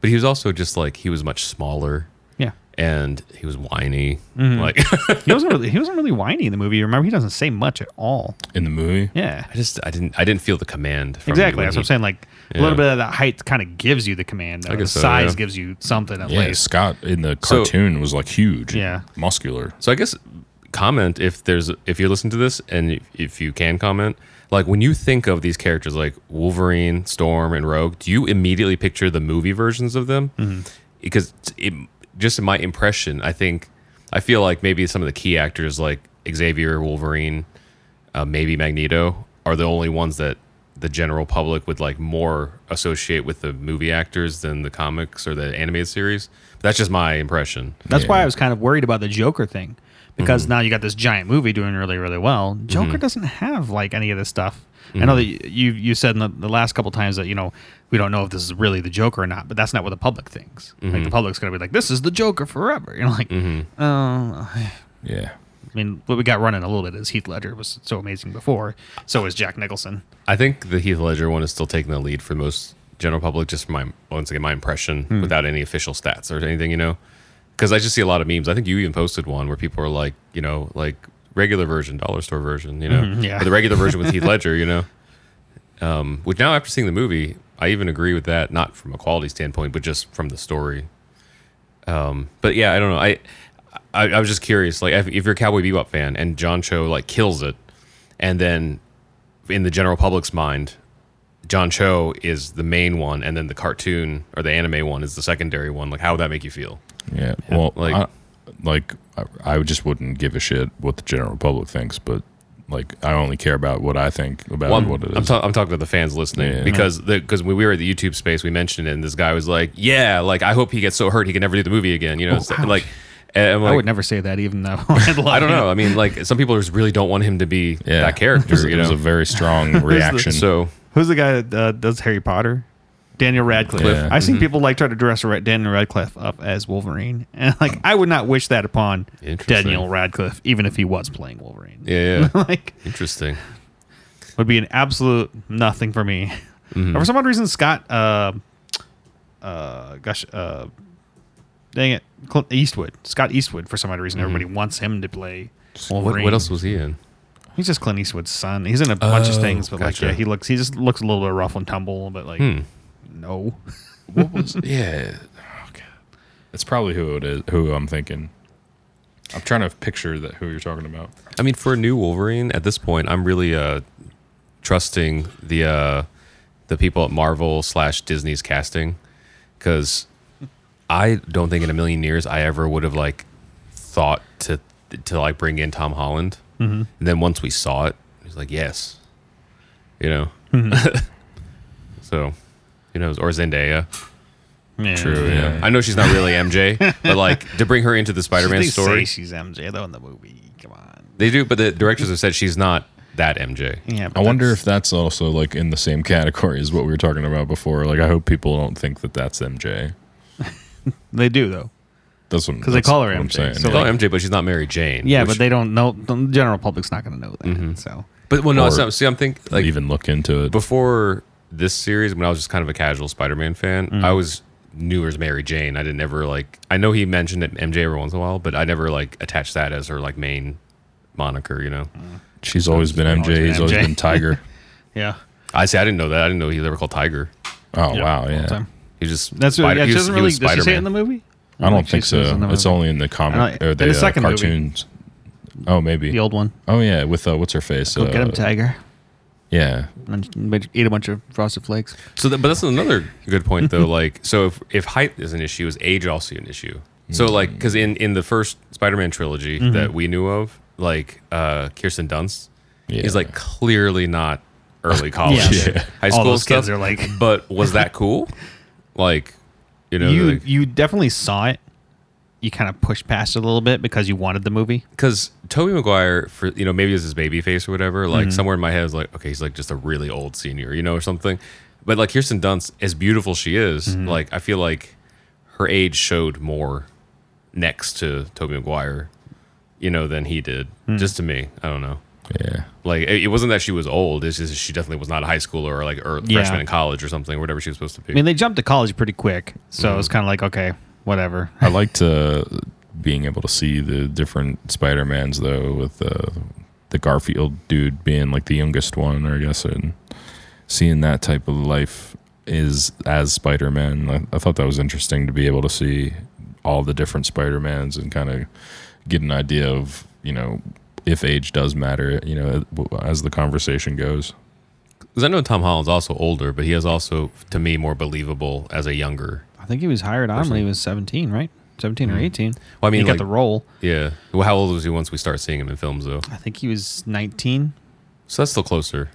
[SPEAKER 3] But he was also just like he was much smaller
[SPEAKER 2] yeah,
[SPEAKER 3] and he was whiny. Like [LAUGHS]
[SPEAKER 2] he wasn't really he wasn't really whiny in the movie. Remember, he doesn't say much at all.
[SPEAKER 1] in the movie.
[SPEAKER 2] Yeah,
[SPEAKER 3] I just I didn't I didn't feel the command. From
[SPEAKER 2] exactly.
[SPEAKER 3] you when
[SPEAKER 2] That's
[SPEAKER 3] he-
[SPEAKER 2] what I'm saying. Like a
[SPEAKER 3] Yeah.
[SPEAKER 2] little bit of that height kind of gives you the command. Though.
[SPEAKER 3] guess
[SPEAKER 2] the
[SPEAKER 3] so,
[SPEAKER 2] size
[SPEAKER 3] yeah.
[SPEAKER 2] gives you something at
[SPEAKER 1] Yeah,
[SPEAKER 2] least.
[SPEAKER 1] Scott in the
[SPEAKER 3] So-
[SPEAKER 1] cartoon was like huge.
[SPEAKER 2] Yeah.
[SPEAKER 1] and muscular.
[SPEAKER 3] So I guess comment if there's if you're listening to this and if, if you can comment, like when you think of these characters like Wolverine, Storm, and Rogue, do you immediately picture the movie versions of them? Because it just in my impression, I think I feel like maybe some of the key actors like Xavier, Wolverine, uh, maybe Magneto are the only ones that the general public would like more associate with the movie actors than the comics or the animated series. That's just my impression.
[SPEAKER 2] That's why
[SPEAKER 1] Yeah.
[SPEAKER 2] I was kind of worried about the Joker thing because
[SPEAKER 3] Mm-hmm.
[SPEAKER 2] now you got this giant movie doing really really well. Joker doesn't have like any of this stuff. I know that
[SPEAKER 3] Mm-hmm.
[SPEAKER 2] y- you you said in the, the last couple times that you know we don't know if this is really the Joker or not, but that's not what the public thinks. Like
[SPEAKER 3] Mm-hmm.
[SPEAKER 2] the public's gonna be like, this is the Joker forever. [LAUGHS] You know, like oh,
[SPEAKER 1] Yeah,
[SPEAKER 2] I mean, what we got running a little bit is Heath Ledger was so amazing before. So is Jack Nicholson.
[SPEAKER 3] I think the Heath Ledger one is still taking the lead for most general public, just from my once again my impression, without any official stats or anything, you know. Because I just see a lot of memes. I think you even posted one where people are like, you know, like regular version, dollar store version, you know,
[SPEAKER 2] yeah.
[SPEAKER 3] Or the regular version with Heath Ledger, you know. Um, which now after seeing the movie, I even agree with that, not from a quality standpoint, but just from the story. Um, but yeah, I don't know. I, I I was just curious, like if, if you're a Cowboy Bebop fan and John Cho like kills it, and then in the general public's mind, John Cho is the main one, and then the cartoon or the anime one is the secondary one. Like, how would that make you feel?
[SPEAKER 1] yeah. Well,
[SPEAKER 3] like-
[SPEAKER 1] like, I, like I, I just wouldn't give a shit what the general public thinks, but like I only care about what I think about
[SPEAKER 3] Well, I'm,
[SPEAKER 1] what it is.
[SPEAKER 3] I'm ta- I'm talking to the fans listening
[SPEAKER 1] Yeah.
[SPEAKER 3] because because when we were at the YouTube space, we mentioned it, and this guy was like, "Yeah, like I hope he gets so hurt he can never do the movie again." You know, it's
[SPEAKER 2] ouch.
[SPEAKER 3] like, and I'm
[SPEAKER 2] I
[SPEAKER 3] like,
[SPEAKER 2] would never say that, even though [LAUGHS] I'd
[SPEAKER 3] I
[SPEAKER 2] lie.
[SPEAKER 3] don't know. I mean, like some people just really don't want him to be
[SPEAKER 1] yeah,
[SPEAKER 3] that
[SPEAKER 1] It was,
[SPEAKER 3] character. You
[SPEAKER 1] it was a
[SPEAKER 3] know,
[SPEAKER 1] very [LAUGHS] strong reaction.
[SPEAKER 3] so
[SPEAKER 2] Who's the guy that uh, does Harry Potter? Daniel Radcliffe.
[SPEAKER 1] Yeah.
[SPEAKER 2] I've seen people like try to dress Ra- Daniel Radcliffe up as Wolverine, and like I would not wish that upon
[SPEAKER 3] Interesting.
[SPEAKER 2] Daniel Radcliffe, even if he was playing Wolverine.
[SPEAKER 3] yeah,
[SPEAKER 1] [LAUGHS]
[SPEAKER 3] yeah.
[SPEAKER 2] [LAUGHS] like
[SPEAKER 3] interesting.
[SPEAKER 2] would be an absolute nothing for me.
[SPEAKER 3] Mm-hmm.
[SPEAKER 2] And For some odd reason, Scott, uh, uh, gosh, uh, dang it, Clint Eastwood, Scott Eastwood. For some odd reason, everybody wants him to play
[SPEAKER 3] Mm-hmm. What,
[SPEAKER 2] Wolverine.
[SPEAKER 3] what else was he in?
[SPEAKER 2] He's just Clint Eastwood's son. He's in a bunch
[SPEAKER 3] Oh,
[SPEAKER 2] of things, but
[SPEAKER 3] gotcha. Hmm.
[SPEAKER 2] like, yeah, he looks. He just looks a little bit rough and tumble, but like, no. [LAUGHS]
[SPEAKER 1] what was? [LAUGHS] Yeah, oh, God. that's probably who it is. Who I'm thinking. I'm trying to picture that who you're talking about.
[SPEAKER 3] I mean, for a new Wolverine at this point, I'm really uh, trusting the uh, the people at Marvel slash Disney's casting because I don't think in a million years I ever would have like thought to to like bring in Tom Holland.
[SPEAKER 2] Mm-hmm.
[SPEAKER 3] And then once we saw it, it was like yes,
[SPEAKER 2] Mm-hmm.
[SPEAKER 3] [LAUGHS] you know. so, you know, or Zendaya.
[SPEAKER 2] Yeah.
[SPEAKER 1] True.
[SPEAKER 3] Yeah.
[SPEAKER 1] Yeah.
[SPEAKER 3] I know she's not
[SPEAKER 2] [LAUGHS]
[SPEAKER 3] really MJ, but like to bring her into the
[SPEAKER 2] She-
[SPEAKER 3] Spider-Man
[SPEAKER 2] they say
[SPEAKER 3] story,
[SPEAKER 2] she's MJ though in the movie. Come on.
[SPEAKER 3] they do. But the directors have said she's not that MJ.
[SPEAKER 2] Yeah.
[SPEAKER 1] I wonder if that's also like in the same category as what we were talking about before. Like, I hope people don't think that that's MJ.
[SPEAKER 2] they do though.
[SPEAKER 1] That's what
[SPEAKER 2] 'Cause they
[SPEAKER 1] that's
[SPEAKER 2] call her
[SPEAKER 1] what I'm
[SPEAKER 2] MJ,
[SPEAKER 1] saying.
[SPEAKER 2] so,
[SPEAKER 1] yeah.
[SPEAKER 3] Oh, MJ, but she's not Mary Jane.
[SPEAKER 2] Yeah,
[SPEAKER 3] which- Mm-hmm.
[SPEAKER 2] but they don't know. The general public's not going to know that. So
[SPEAKER 3] But well, no,
[SPEAKER 1] Or-
[SPEAKER 3] it's not, see, I'm thinking like
[SPEAKER 1] even look into it.
[SPEAKER 3] before this series, when I was just kind of a casual Spider-Man fan,
[SPEAKER 2] Mm.
[SPEAKER 3] I was knew her as Mary Jane. I didn't ever like. I know he mentioned it MJ every once in a while, but I never like attached that as her like main moniker. You know,
[SPEAKER 2] Mm.
[SPEAKER 1] She's always been
[SPEAKER 2] always
[SPEAKER 1] MJ.
[SPEAKER 2] been
[SPEAKER 1] He's always
[SPEAKER 2] MJ.
[SPEAKER 1] been [LAUGHS] Tiger.
[SPEAKER 2] yeah,
[SPEAKER 3] I see. I didn't know that. I didn't know he was ever called Tiger.
[SPEAKER 1] Oh wow,
[SPEAKER 2] all the
[SPEAKER 1] yeah.
[SPEAKER 2] time.
[SPEAKER 3] He just
[SPEAKER 2] That's
[SPEAKER 3] Spider-
[SPEAKER 2] really, yeah,
[SPEAKER 3] he
[SPEAKER 2] she
[SPEAKER 3] was-
[SPEAKER 2] doesn't
[SPEAKER 3] he
[SPEAKER 2] really.
[SPEAKER 3] was
[SPEAKER 2] Does she say it
[SPEAKER 3] Spider-Man.
[SPEAKER 2] in the movie?
[SPEAKER 1] I don't
[SPEAKER 2] she
[SPEAKER 1] think
[SPEAKER 2] says
[SPEAKER 1] so.
[SPEAKER 2] in the
[SPEAKER 1] It's
[SPEAKER 2] movie.
[SPEAKER 1] only in the comic
[SPEAKER 2] I know,
[SPEAKER 1] or the,
[SPEAKER 2] in the
[SPEAKER 1] uh,
[SPEAKER 2] second movie.
[SPEAKER 1] cartoons. Oh maybe.
[SPEAKER 2] the old one.
[SPEAKER 1] Oh yeah, with uh, what's her face?
[SPEAKER 2] Go
[SPEAKER 1] uh,
[SPEAKER 2] get him, tiger.
[SPEAKER 1] Yeah,
[SPEAKER 2] And then eat a bunch of frosted flakes.
[SPEAKER 3] So, that, but
[SPEAKER 2] [LAUGHS]
[SPEAKER 3] that's another good point though. Like, so if if height is an issue, is age also an issue?
[SPEAKER 2] Mm.
[SPEAKER 3] So, like, because in in the first Spider-Man trilogy
[SPEAKER 2] Mm-hmm.
[SPEAKER 3] that we knew of, like uh Kirsten Dunst
[SPEAKER 1] yeah.
[SPEAKER 3] is like clearly not
[SPEAKER 2] [LAUGHS]
[SPEAKER 3] early college,
[SPEAKER 2] Yeah.
[SPEAKER 1] Yeah.
[SPEAKER 3] high
[SPEAKER 2] All
[SPEAKER 3] school
[SPEAKER 2] those
[SPEAKER 3] stuff.
[SPEAKER 2] kids are like-
[SPEAKER 3] but was
[SPEAKER 2] [LAUGHS]
[SPEAKER 3] that cool? Like, you know,
[SPEAKER 2] you
[SPEAKER 3] like,
[SPEAKER 2] you definitely saw it. You kind of pushed past it a little bit because you wanted the movie.
[SPEAKER 3] because Toby Maguire, for you know, maybe it was his baby face or whatever.
[SPEAKER 2] Mm-hmm.
[SPEAKER 3] Like somewhere in my head, I was like, okay, he's like just a really old senior, you know, or something. But like Kirsten Dunst, as beautiful she is,
[SPEAKER 2] Mm-hmm.
[SPEAKER 3] like I feel like her age showed more next to Toby Maguire, you know, than he did.
[SPEAKER 2] Hmm.
[SPEAKER 3] Just to me, I don't know.
[SPEAKER 1] yeah.
[SPEAKER 3] Like it, it wasn't that she was old; it's just she definitely was not a high schooler or like or
[SPEAKER 2] Yeah.
[SPEAKER 3] freshman in college or something, whatever she was supposed to be.
[SPEAKER 2] I mean, they jumped to college pretty quick, so
[SPEAKER 3] Mm-hmm.
[SPEAKER 2] it was kind of like okay, whatever.
[SPEAKER 1] I liked uh, being able to see the different Spider Mans though, with uh, the Garfield dude being like the youngest one, I guess, and seeing that type of life is as Spider Man. I, I thought that was interesting to be able to see all the different Spider Mans and kind of get an idea of you know if age does matter, you know, as the conversation goes.
[SPEAKER 3] Because I know Tom Holland's also older, but he is also to me more believable as a younger.
[SPEAKER 2] I think he was hired on when he was seventeen, right? Seventeen or eighteen.
[SPEAKER 3] Mm-hmm. Well, I mean,
[SPEAKER 2] he got
[SPEAKER 3] like-
[SPEAKER 2] the role.
[SPEAKER 3] Yeah. Well, how old was he once we start seeing him in films though?
[SPEAKER 2] I think he was nineteen.
[SPEAKER 3] So that's still closer.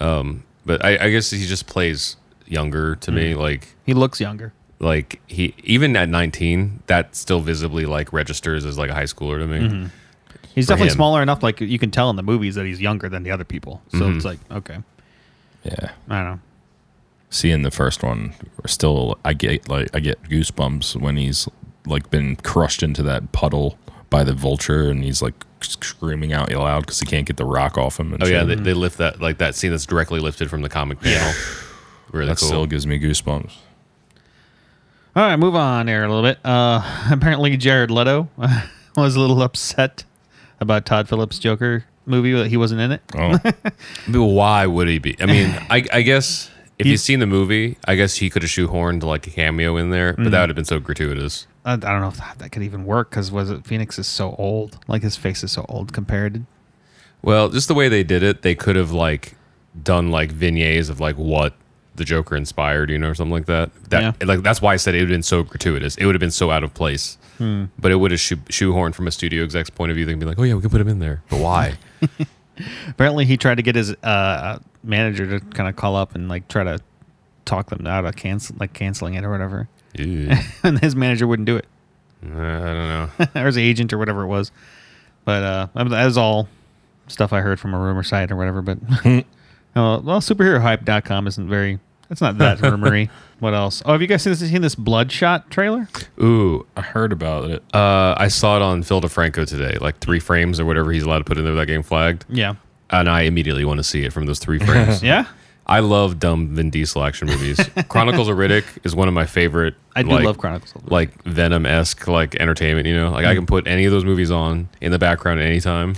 [SPEAKER 3] Um, but I, I guess he just plays younger to me. Like,
[SPEAKER 2] He looks younger.
[SPEAKER 3] like he even at 19, that still visibly like registers as like a high schooler to me.
[SPEAKER 2] He's
[SPEAKER 3] For
[SPEAKER 2] definitely
[SPEAKER 3] him.
[SPEAKER 2] smaller enough. Like you can tell in the movies that he's younger than the other people. So
[SPEAKER 3] Mm-hmm.
[SPEAKER 2] it's like okay,
[SPEAKER 1] Yeah.
[SPEAKER 2] I don't know.
[SPEAKER 1] seeing the first one still i get like i get goosebumps when he's like been crushed into that puddle by the vulture and he's like screaming out loud because he can't get the rock off him and
[SPEAKER 3] Oh yeah,
[SPEAKER 1] shit.
[SPEAKER 3] they, they lift that like that scene that's directly lifted from the comic panel. really
[SPEAKER 1] that
[SPEAKER 3] cool.
[SPEAKER 1] still gives me goosebumps
[SPEAKER 2] All right, move on here a little bit. Uh, [LAUGHS] apparently, Jared Leto [LAUGHS] was a little upset about Todd Phillips' Joker movie that he wasn't in it.
[SPEAKER 3] [LAUGHS]
[SPEAKER 1] oh
[SPEAKER 3] But why would he be? I mean, I, I guess if
[SPEAKER 2] He-
[SPEAKER 3] you've seen the movie, I guess he could have shoehorned like a cameo in there, but that would have been so gratuitous.
[SPEAKER 2] I, I don't know if that, that could even work because was it Phoenix is so old, like his face is so old compared. to-
[SPEAKER 3] Well, just the way they did it, they could have like done like vignettes of like what the Joker inspired, you know, or something like that. That like that's why I said it would have been so gratuitous. It would have been so out of place.
[SPEAKER 1] Hmm.
[SPEAKER 3] But it would have shoe- shoehorned from a studio exec's point of view. They'd be like, "Oh yeah, we could put him in there." But why?
[SPEAKER 2] Apparently, he tried to get his uh, manager to kind of call up and like try to talk them out of cancel, like canceling it or whatever,
[SPEAKER 3] [LAUGHS]
[SPEAKER 2] [LAUGHS]
[SPEAKER 3] Ew.
[SPEAKER 2] and his manager wouldn't do it,
[SPEAKER 3] I don't
[SPEAKER 1] [LAUGHS]
[SPEAKER 3] know.
[SPEAKER 2] or his agent or whatever it was. But uh, I mean, that was all stuff I heard from a rumor site or whatever.
[SPEAKER 3] [LAUGHS]
[SPEAKER 2] But [LAUGHS] uh, well, superherohype.com isn't very. It's not that
[SPEAKER 3] [LAUGHS]
[SPEAKER 2] rumory. What else? Oh, have you guys seen, seen this Bloodshot trailer?
[SPEAKER 3] Ooh,
[SPEAKER 1] i heard about it
[SPEAKER 3] uh, I saw it on Phil DeFranco today, like three frames or whatever he's allowed to put in there that game flagged,
[SPEAKER 2] Yeah.
[SPEAKER 3] and I immediately want to see it from those [LAUGHS] three frames.
[SPEAKER 2] Yeah.
[SPEAKER 3] I love dumb Vin Diesel
[SPEAKER 2] [LAUGHS]
[SPEAKER 3] action movies. Chronicles of Riddick is one of my favorite.
[SPEAKER 2] I do
[SPEAKER 3] like,
[SPEAKER 2] love Mm. Chronicles. of Riddick.
[SPEAKER 3] like Venom esque like entertainment. You know, like I can put any of those movies on in the background at
[SPEAKER 2] [LAUGHS]
[SPEAKER 3] any time,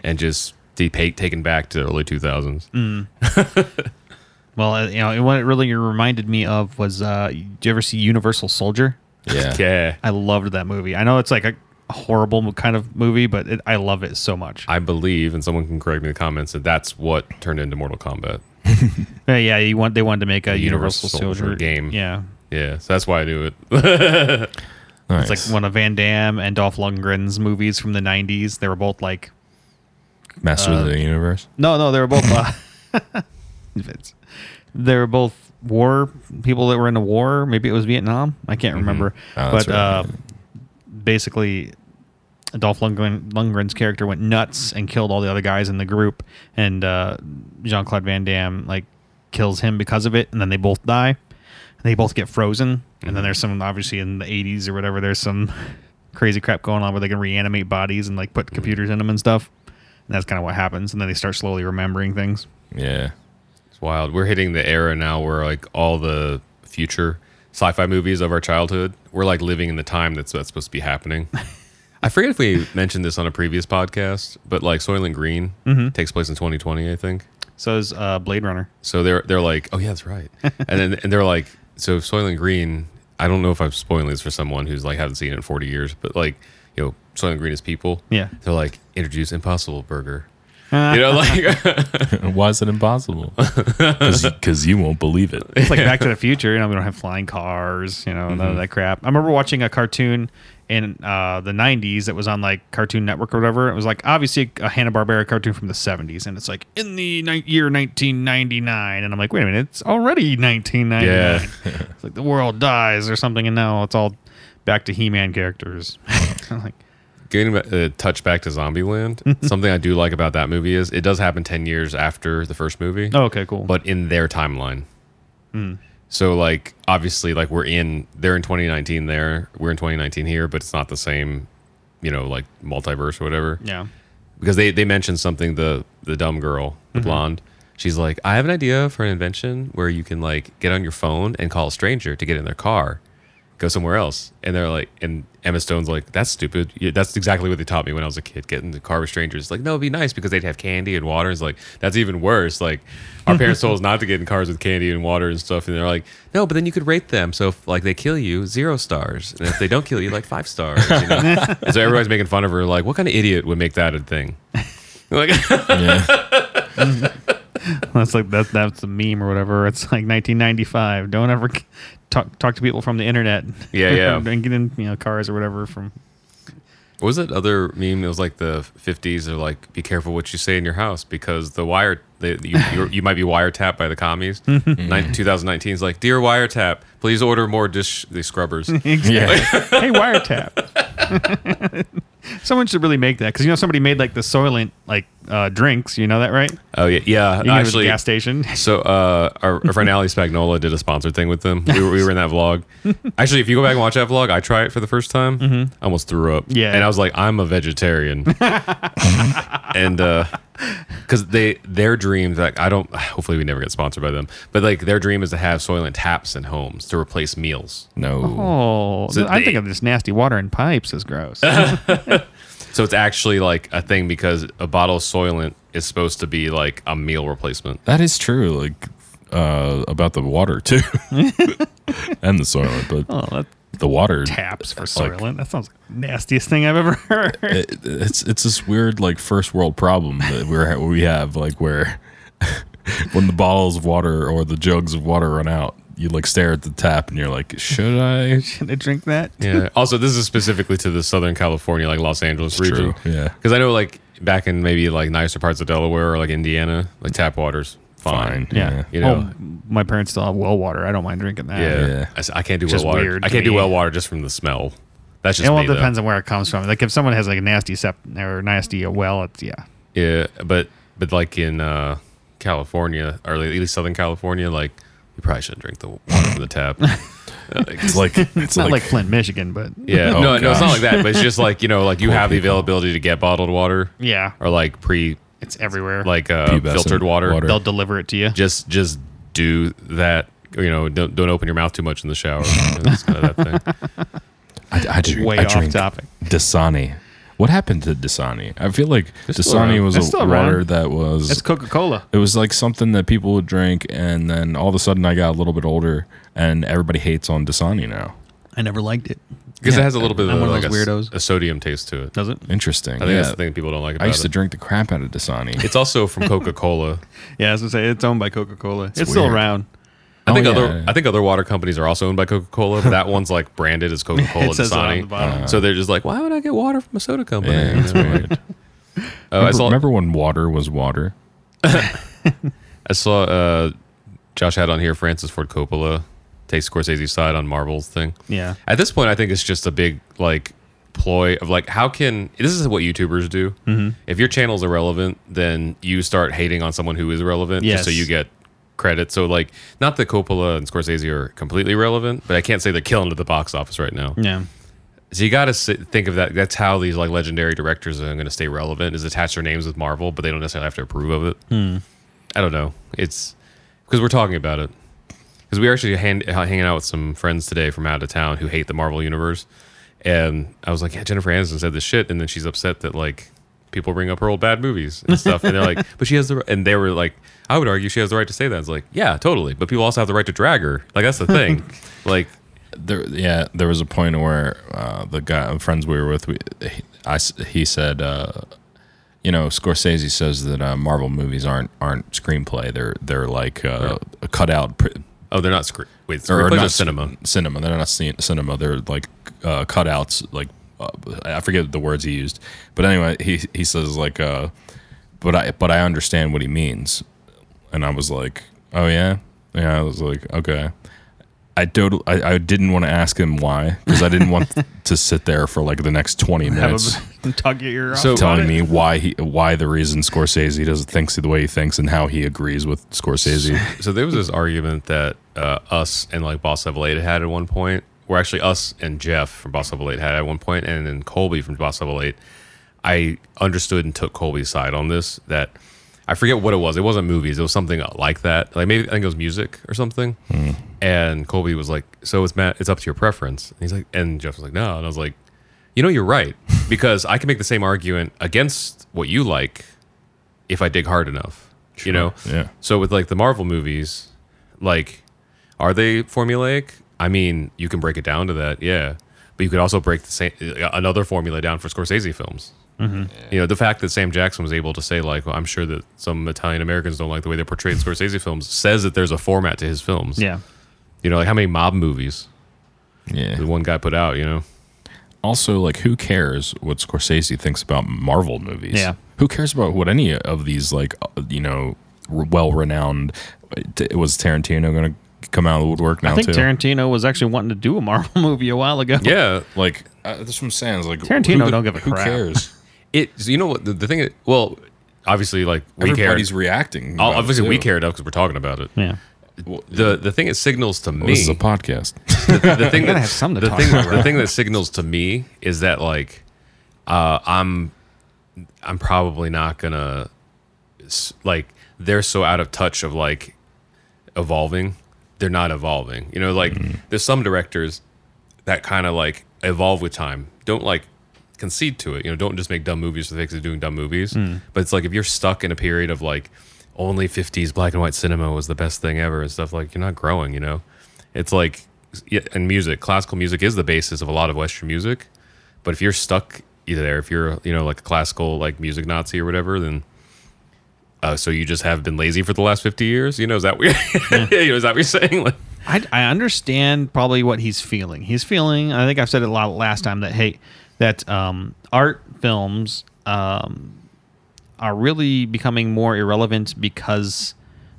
[SPEAKER 3] and just be pa- taken back to the early two thousands.
[SPEAKER 2] Mm. Well, uh, you know what it really reminded me of was uh, did you ever see Universal Soldier?
[SPEAKER 1] yeah
[SPEAKER 3] Yeah,
[SPEAKER 2] I loved that movie. I know it's like a horrible mo- kind of movie, but it, I love it so much.
[SPEAKER 3] I believe, and someone can correct me in the comments that that's what turned into Mortal Kombat.
[SPEAKER 2] Uh, yeah, you want they wanted to make a Universal,
[SPEAKER 3] Universal
[SPEAKER 2] Soldier,
[SPEAKER 3] Soldier game.
[SPEAKER 2] Yeah,
[SPEAKER 3] Yeah, so that's why I knew it.
[SPEAKER 1] nice.
[SPEAKER 2] it's like one of Van Damme and Dolph Lundgren's movies from the '90s. They were both like
[SPEAKER 1] master of the universe uh,
[SPEAKER 2] [LAUGHS] no, no, they were both. Uh, Vince. They were both war people that were in the war. Maybe it was Vietnam. I can't remember.
[SPEAKER 1] Oh, that's
[SPEAKER 2] but
[SPEAKER 1] right.
[SPEAKER 2] uh, basically, Dolph Lundgren, Lundgren's character went nuts and killed all the other guys in the group, and uh, Jean Claude Van Damme like kills him because of it, and then they both die, and they both get frozen, and then there's some obviously in the 80s or whatever. There's some crazy crap going on where they can reanimate bodies and like put computers in them and stuff. And that's kind of what happens, and then they start slowly remembering things.
[SPEAKER 1] Yeah. [LAUGHS]
[SPEAKER 3] It's wild. We're hitting the era now where like all the future sci-fi movies of our childhood, we're like living in the time that's that's supposed to be happening. I forget if we mentioned this on a previous podcast, but like Soylent Green takes place in 2020, I think.
[SPEAKER 2] So is uh, Blade Runner.
[SPEAKER 3] So they're they're like, oh yeah, that's right. and then and they're like, so Soylent Green. I don't know if I'm spoiling this for someone who's like hasn't seen it in 40 years, but like you know, Soylent Green is people.
[SPEAKER 2] Yeah.
[SPEAKER 3] They're like introduce Impossible Burger. you know, like [LAUGHS]
[SPEAKER 1] Why is it impossible? Because you won't believe it.
[SPEAKER 3] [LAUGHS]
[SPEAKER 2] It's like Back to the Future. You know, we don't have flying cars. You know, none of that crap. I remember watching a cartoon in uh, the '90s that was on like Cartoon Network or whatever. It was like obviously a Hanna Barbera cartoon from the '70s, and it's like in the ni- year 1999, and I'm like, wait a minute, it's already 1999. it's like the world dies or something, and now it's all back to He-Man characters. [LAUGHS] I'm like,
[SPEAKER 3] getting a uh, touch back to Zombieland, something I do like about that movie is it does happen 10 years after the first movie,
[SPEAKER 2] oh, okay, cool.
[SPEAKER 3] but in their timeline. So, like, obviously, like, we're in, they're in 2019 there, we're in 2019 here, but it's not the same, you know, like multiverse or whatever.
[SPEAKER 2] yeah.
[SPEAKER 3] Because they, they mentioned something, the, the dumb girl, the blonde, she's like, I have an idea for an invention where you can, like, get on your phone and call a stranger to get in their car. Go somewhere else, and they're like, and Emma Stone's like, "That's stupid. Yeah, that's exactly what they taught me when I was a kid. Getting the car with strangers, like, no, it'd be nice because they'd have candy and water. It's like that's even worse. Like, our parents told us not to get in cars with candy and water and stuff, and they're like, no, but then you could rate them. So if like they kill you, zero stars, and if they don't kill you, like five stars. You know? and so everybody's making fun of her. Like, what kind of idiot would make that a thing? [LAUGHS] Like,
[SPEAKER 1] Yeah.
[SPEAKER 2] That's like that. That's a meme or whatever. It's like 1995. Don't ever k- talk talk to people from the internet. [LAUGHS]
[SPEAKER 3] Yeah, yeah.
[SPEAKER 2] and get in you know cars or whatever from.
[SPEAKER 3] What was that other meme? It was like the 50s. They're like, be careful what you say in your house because the wire, the, you, you're, you might be wiretapped by
[SPEAKER 2] [LAUGHS]
[SPEAKER 3] the commies. Nin-
[SPEAKER 2] Mm-hmm.
[SPEAKER 3] 2019 is like, dear wiretap, please order more dish
[SPEAKER 2] [LAUGHS]
[SPEAKER 3] the scrubbers.
[SPEAKER 1] Yeah.
[SPEAKER 2] Hey, wiretap. [LAUGHS] Someone should really make that because you know somebody made like the Soylent like uh, drinks. You know that right? You
[SPEAKER 3] oh yeah, yeah.
[SPEAKER 2] can go to the
[SPEAKER 3] actually,
[SPEAKER 2] gas
[SPEAKER 3] [LAUGHS]
[SPEAKER 2] station.
[SPEAKER 3] so uh, our,
[SPEAKER 1] [LAUGHS]
[SPEAKER 3] our friend Ali Spagnola did a sponsored thing with them. We were, we were in that vlog. Actually, if you go back and watch that vlog, I tried it for the first time.
[SPEAKER 1] Mm-hmm.
[SPEAKER 3] I almost threw up.
[SPEAKER 2] Yeah.
[SPEAKER 3] and I was like, I'm a
[SPEAKER 1] [LAUGHS]
[SPEAKER 3] vegetarian. and uh because they their dreams like i don't hopefully we never get sponsored by them but like their dream is to have soylent taps in homes to replace meals [LAUGHS]
[SPEAKER 1] No.
[SPEAKER 2] Oh,
[SPEAKER 3] So
[SPEAKER 2] I
[SPEAKER 3] they-
[SPEAKER 2] think of this nasty water in pipes is
[SPEAKER 3] [LAUGHS]
[SPEAKER 2] gross. Oh,
[SPEAKER 3] so it's actually like a thing because a bottle of soylent is supposed to be like a
[SPEAKER 1] [LAUGHS]
[SPEAKER 3] meal replacement
[SPEAKER 1] That is true. Like uh, about the water
[SPEAKER 3] [LAUGHS]
[SPEAKER 1] too, [LAUGHS] and the soil, but
[SPEAKER 2] oh, that
[SPEAKER 1] the water
[SPEAKER 2] taps for
[SPEAKER 1] like-
[SPEAKER 2] Soylent. that sounds like the nastiest thing I've ever [LAUGHS] heard.
[SPEAKER 1] it, it's it's this weird like first world problem that we're we have like where [LAUGHS] when the bottles of water or the jugs of water run out, you like stare at the tap and you're like, should I?
[SPEAKER 2] Should I drink that?
[SPEAKER 3] yeah also this is specifically to the southern california like los angeles region
[SPEAKER 1] true, yeah.
[SPEAKER 3] because i know like back in maybe like nicer parts of delaware or like indiana like tap water's fine,
[SPEAKER 1] Fine. Yeah.
[SPEAKER 3] You know.
[SPEAKER 2] oh, my parents still have well water. I don't mind drinking that.
[SPEAKER 3] yeah,
[SPEAKER 1] Yeah.
[SPEAKER 3] I s- I, can't do
[SPEAKER 2] Just
[SPEAKER 3] well water
[SPEAKER 2] weird
[SPEAKER 3] i
[SPEAKER 2] to
[SPEAKER 3] can't do
[SPEAKER 2] me.
[SPEAKER 3] well water just from the smell that's just
[SPEAKER 2] It all
[SPEAKER 3] me, though.
[SPEAKER 2] depends on where it comes from. Like if someone has like a nasty sep or nasty uh, well, it's yeah.
[SPEAKER 3] Yeah, but but like in uh, California or at least Southern California, like you probably shouldn't drink the water from
[SPEAKER 2] [LAUGHS]
[SPEAKER 3] the tap. Like,
[SPEAKER 1] It's like it's,
[SPEAKER 2] It's not like, Flint, Michigan, but
[SPEAKER 3] [LAUGHS] yeah,
[SPEAKER 1] Oh,
[SPEAKER 3] no, no, it's not
[SPEAKER 1] gosh.
[SPEAKER 3] like that. But it's just like you know, like you have the availability to get bottled water
[SPEAKER 2] yeah,
[SPEAKER 3] or like pre
[SPEAKER 2] it's everywhere.
[SPEAKER 3] like uh,
[SPEAKER 1] Pubescent
[SPEAKER 3] filtered water.
[SPEAKER 1] water.
[SPEAKER 2] they'll deliver it to you.
[SPEAKER 3] Just just do that. You know, don't don't open your mouth too much in the shower. It's kind of that thing.
[SPEAKER 1] I, I drink,
[SPEAKER 2] Way
[SPEAKER 1] I
[SPEAKER 2] off
[SPEAKER 1] drink
[SPEAKER 2] topic.
[SPEAKER 1] Dasani. What happened to Dasani? I feel like
[SPEAKER 3] still
[SPEAKER 1] Dasani
[SPEAKER 3] around.
[SPEAKER 1] was
[SPEAKER 2] It's
[SPEAKER 1] a
[SPEAKER 2] still around.
[SPEAKER 1] water that was
[SPEAKER 2] It's Coca Cola.
[SPEAKER 1] it was like something that people would drink, and then all of a sudden I got a little bit older, and everybody hates on Dasani now.
[SPEAKER 2] I never liked it.
[SPEAKER 3] Because it has a little bit of,
[SPEAKER 2] I'm one of
[SPEAKER 3] like,
[SPEAKER 2] those
[SPEAKER 3] a s-
[SPEAKER 2] weirdos.
[SPEAKER 3] A, sodium taste to it.
[SPEAKER 2] Does it?
[SPEAKER 1] Interesting.
[SPEAKER 3] I think
[SPEAKER 1] yeah.
[SPEAKER 3] that's the thing people don't like about
[SPEAKER 1] I used to
[SPEAKER 3] it.
[SPEAKER 1] drink the crap out of Dasani.
[SPEAKER 3] it's also from Coca Cola.
[SPEAKER 2] Yeah, I was gonna say it's owned by Coca Cola. It's, still
[SPEAKER 1] weird.
[SPEAKER 2] around.
[SPEAKER 3] I
[SPEAKER 1] Oh,
[SPEAKER 3] think
[SPEAKER 1] yeah,
[SPEAKER 3] other
[SPEAKER 1] yeah.
[SPEAKER 3] I think other water companies are also owned by Coca Cola, but that one's like branded as Coca Cola
[SPEAKER 2] it says that on the
[SPEAKER 3] Dasani. Uh-huh.
[SPEAKER 2] bottom.
[SPEAKER 3] so they're just like, why would I get water from a
[SPEAKER 1] [LAUGHS]
[SPEAKER 3] soda company?
[SPEAKER 1] Yeah,
[SPEAKER 3] You
[SPEAKER 1] that's
[SPEAKER 3] know, like-
[SPEAKER 1] weird.
[SPEAKER 3] Oh, I
[SPEAKER 1] remember,
[SPEAKER 3] saw
[SPEAKER 1] remember when water was water?
[SPEAKER 3] I saw uh, Josh had on here Francis Ford Coppola takes Scorsese's side on Marvel's thing.
[SPEAKER 2] Yeah.
[SPEAKER 3] At this point, I think it's just a big like ploy of like how can this is what YouTubers do. Mm-hmm. If your channel's irrelevant, then you start hating on someone who is relevant just so
[SPEAKER 2] Yes.
[SPEAKER 3] you get credit. So like, not that Coppola and Scorsese are completely relevant, but I can't say they're killing it at the box office right now.
[SPEAKER 2] Yeah.
[SPEAKER 3] So you got to think of that. That's how these like legendary directors are going to stay relevant is attach their names with Marvel, but they don't necessarily have to approve of it.
[SPEAKER 1] Hmm.
[SPEAKER 3] I don't know. It's because we're talking about it. Because we were actually hand, h- hanging out with some friends today from out of town who hate the Marvel universe, and I was like, "Yeah, Jennifer Aniston said this shit," and then she's upset that like people bring up her old bad movies and stuff, and they're
[SPEAKER 1] [LAUGHS]
[SPEAKER 3] like, "But she has the," r-" and they were like, "I would argue she has the right to say that." It's like, yeah, totally, but people also have the right to drag her. Like that's the
[SPEAKER 1] [LAUGHS]
[SPEAKER 3] thing. like
[SPEAKER 1] there yeah there was a point where uh, the guy friends we were with we, he, I s he said uh, you know Scorsese says that uh, Marvel movies aren't aren't screenplay they're they're like uh, a cutout pr-
[SPEAKER 3] Oh, they're not screen. Wait, screenplays or
[SPEAKER 1] not
[SPEAKER 3] cinema.
[SPEAKER 1] sc- cinema they're not cin- cinema they're like uh, cutouts like uh, I forget the words he used but anyway he he says like uh, but I but I understand what he means and I was like oh yeah yeah I was like okay I totally, I, I didn't want to ask him why because I didn't want to sit there for like the next twenty
[SPEAKER 2] Have
[SPEAKER 1] minutes
[SPEAKER 2] a [LAUGHS] tug your ear off.
[SPEAKER 3] So-
[SPEAKER 2] about
[SPEAKER 1] telling
[SPEAKER 2] it.
[SPEAKER 1] me why he why the reason Scorsese doesn't thinks the way he thinks and how he agrees with Scorsese.
[SPEAKER 3] [LAUGHS] So there was this argument that uh, us and like Boss Level Eight had at one point, or actually us and Jeff from Boss Level Eight had at one point, and then Colby from Boss Level Eight. I understood and took Colby's side on this. That I forget what it was. It wasn't movies. It was something like that. Like maybe I think it was music or something. And Colby was like, "So it's Matt. It's up to your preference." And he's like, and Jeff was like, "No," and I was like. You know, you're right because I can make the same argument against what you like if I dig hard enough. You know,
[SPEAKER 1] Yeah.
[SPEAKER 3] so with like the Marvel movies, like are they formulaic? I mean, you can break it down to that, yeah. But you could also break the same another formula down for Scorsese films. You know, the fact that Sam Jackson was able to say like, well, I'm sure that some Italian Americans don't like the way they're portrayed [LAUGHS] in Scorsese films, says that there's a format to his films.
[SPEAKER 2] Yeah.
[SPEAKER 3] You know, like how many mob movies
[SPEAKER 1] Yeah.
[SPEAKER 3] did one guy put out? You know,
[SPEAKER 1] also like who cares what Scorsese thinks about Marvel movies?
[SPEAKER 2] Yeah.
[SPEAKER 1] Who cares about what any of these like uh, you know well renowned was Tarantino going to come out of the woodwork now
[SPEAKER 2] I think
[SPEAKER 1] too?
[SPEAKER 2] Tarantino was actually wanting to do a Marvel [LAUGHS] movie a while ago.
[SPEAKER 3] yeah.
[SPEAKER 1] like uh, that's what I'm saying. Is like
[SPEAKER 2] Tarantino
[SPEAKER 1] who-
[SPEAKER 2] don't give a
[SPEAKER 1] who
[SPEAKER 2] crap. [LAUGHS]
[SPEAKER 1] cares?
[SPEAKER 3] It you know what the, the thing is, well, obviously like we care.
[SPEAKER 1] Everybody's
[SPEAKER 2] Oh,
[SPEAKER 1] reacting. about it,
[SPEAKER 3] Obviously, we
[SPEAKER 1] too.
[SPEAKER 3] care enough because we're talking about it.
[SPEAKER 2] Yeah.
[SPEAKER 3] The the thing it signals to me
[SPEAKER 1] This is a
[SPEAKER 2] [LAUGHS]
[SPEAKER 1] podcast.
[SPEAKER 3] the thing that
[SPEAKER 2] have something to
[SPEAKER 3] the
[SPEAKER 2] talk
[SPEAKER 3] thing,
[SPEAKER 2] about,
[SPEAKER 3] the thing that signals to me is that like uh, I'm I'm probably not gonna s- like they're so out of touch of like evolving. They're not evolving. You know, like
[SPEAKER 2] Mm-hmm.
[SPEAKER 3] there's some directors that kind of like evolve with time. Don't like concede to it. You know, don't just make dumb movies for the sake of doing dumb movies.
[SPEAKER 2] Hmm.
[SPEAKER 3] But it's like if you're stuck in a period of like only 50s black and white cinema was the best thing ever and stuff like you're not growing, you know. It's like yeah, and music, classical music is the basis of a lot of western music. But if you're stuck either there, if you're, you know, like a classical like music Nazi or whatever, then uh, so you just have been lazy for the last 50 years, you know, is that what you're, [LAUGHS] you know, is that what you're saying? Like,
[SPEAKER 2] I, I understand probably what he's feeling. He's feeling. I think I've said it a lot last time that hey, that um, art films um, are really becoming more irrelevant because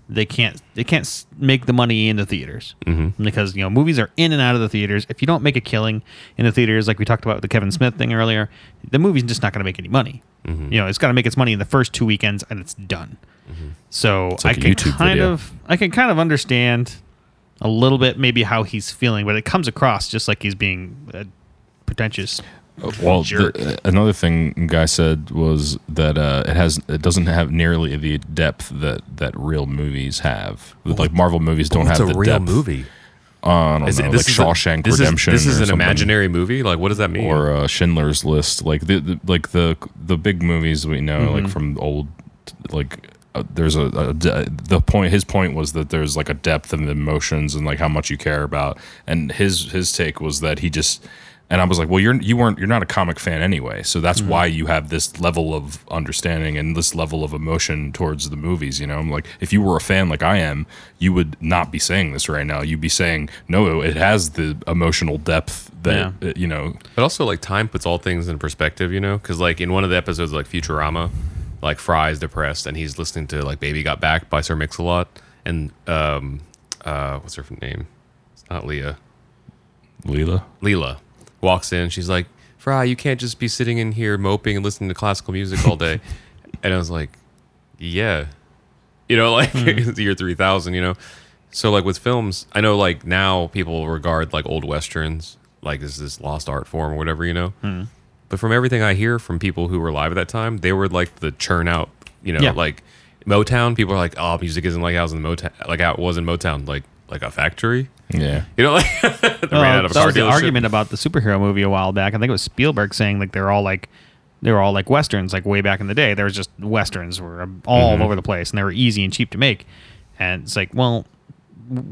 [SPEAKER 2] they can't they can't s- make the money in the theaters mm-hmm. because you know movies are in and out of the theaters. If you don't make a killing in the theaters, like we talked about with the Kevin Smith thing earlier, the movie's just not going to make any money.
[SPEAKER 1] Mm-hmm.
[SPEAKER 2] You know, it's got to make its money in the first two weekends and it's done. So
[SPEAKER 1] like
[SPEAKER 2] I
[SPEAKER 1] a
[SPEAKER 2] can
[SPEAKER 1] YouTube
[SPEAKER 2] kind
[SPEAKER 1] video.
[SPEAKER 2] of I can kind of understand a little bit maybe how he's feeling, but it comes across just like he's being uh, pretentious.
[SPEAKER 1] Uh, Well,
[SPEAKER 2] Jerk.
[SPEAKER 1] the, another thing guy said was that uh, it has it doesn't have nearly the depth that that real movies have. like Marvel movies don't have the depth. I don't
[SPEAKER 3] Is it-
[SPEAKER 1] know,
[SPEAKER 3] this
[SPEAKER 1] like
[SPEAKER 3] is a-
[SPEAKER 1] Shawshank
[SPEAKER 3] this is-
[SPEAKER 1] Redemption.
[SPEAKER 3] this is
[SPEAKER 1] or
[SPEAKER 3] an
[SPEAKER 1] something,
[SPEAKER 3] imaginary movie. Like, what does that mean?
[SPEAKER 1] or uh, Schindler's List. Like the, the like the the big movies we know, like from old, like. Uh, there's a, a de- the point his point was that there's like a depth of emotions and like how much you care about and his his take was that he just and I was like well you're you weren't you're not a comic fan anyway so that's why you have this level of understanding and this level of emotion towards the movies you know I'm like if you were a fan like I am you would not be saying this right now you'd be saying no it has the emotional depth that uh, you know
[SPEAKER 3] But also, like, time puts all things in perspective, you know? Because, like, in one of the episodes, like Futurama, like, Fry's depressed and he's listening to, like, Baby Got Back by Sir Mix a Lot. and um, uh, what's her name? It's not Leah.
[SPEAKER 1] Leela.
[SPEAKER 3] Leela walks in. She's like, Fry, you can't just be sitting in here moping and listening to classical music all
[SPEAKER 2] [LAUGHS]
[SPEAKER 3] day. and I was like, yeah. You know, [LAUGHS] like
[SPEAKER 2] Hmm.
[SPEAKER 3] the year 3000, you know? So, like with films, I know like now people regard like old Westerns like as this lost art form or whatever, you know?
[SPEAKER 2] Hmm.
[SPEAKER 3] But from everything I hear from people who were alive at that time, they were like the churn out, you know,
[SPEAKER 2] Yeah.
[SPEAKER 3] like Motown. People are like, oh, music isn't like how it was in Motown, like how it was in Motown, like like a factory.
[SPEAKER 1] Yeah.
[SPEAKER 3] You know, like [LAUGHS] they ran
[SPEAKER 2] Well,
[SPEAKER 3] out of a
[SPEAKER 2] Uh, that
[SPEAKER 3] car
[SPEAKER 2] was the
[SPEAKER 3] dealership.
[SPEAKER 2] argument about the superhero movie a while back. I think it was Spielberg saying like they're all like they were all like westerns. Like way back in the day, there was just westerns were all
[SPEAKER 3] Mm-hmm.
[SPEAKER 2] over the place and they were easy and cheap to make. And it's like, well,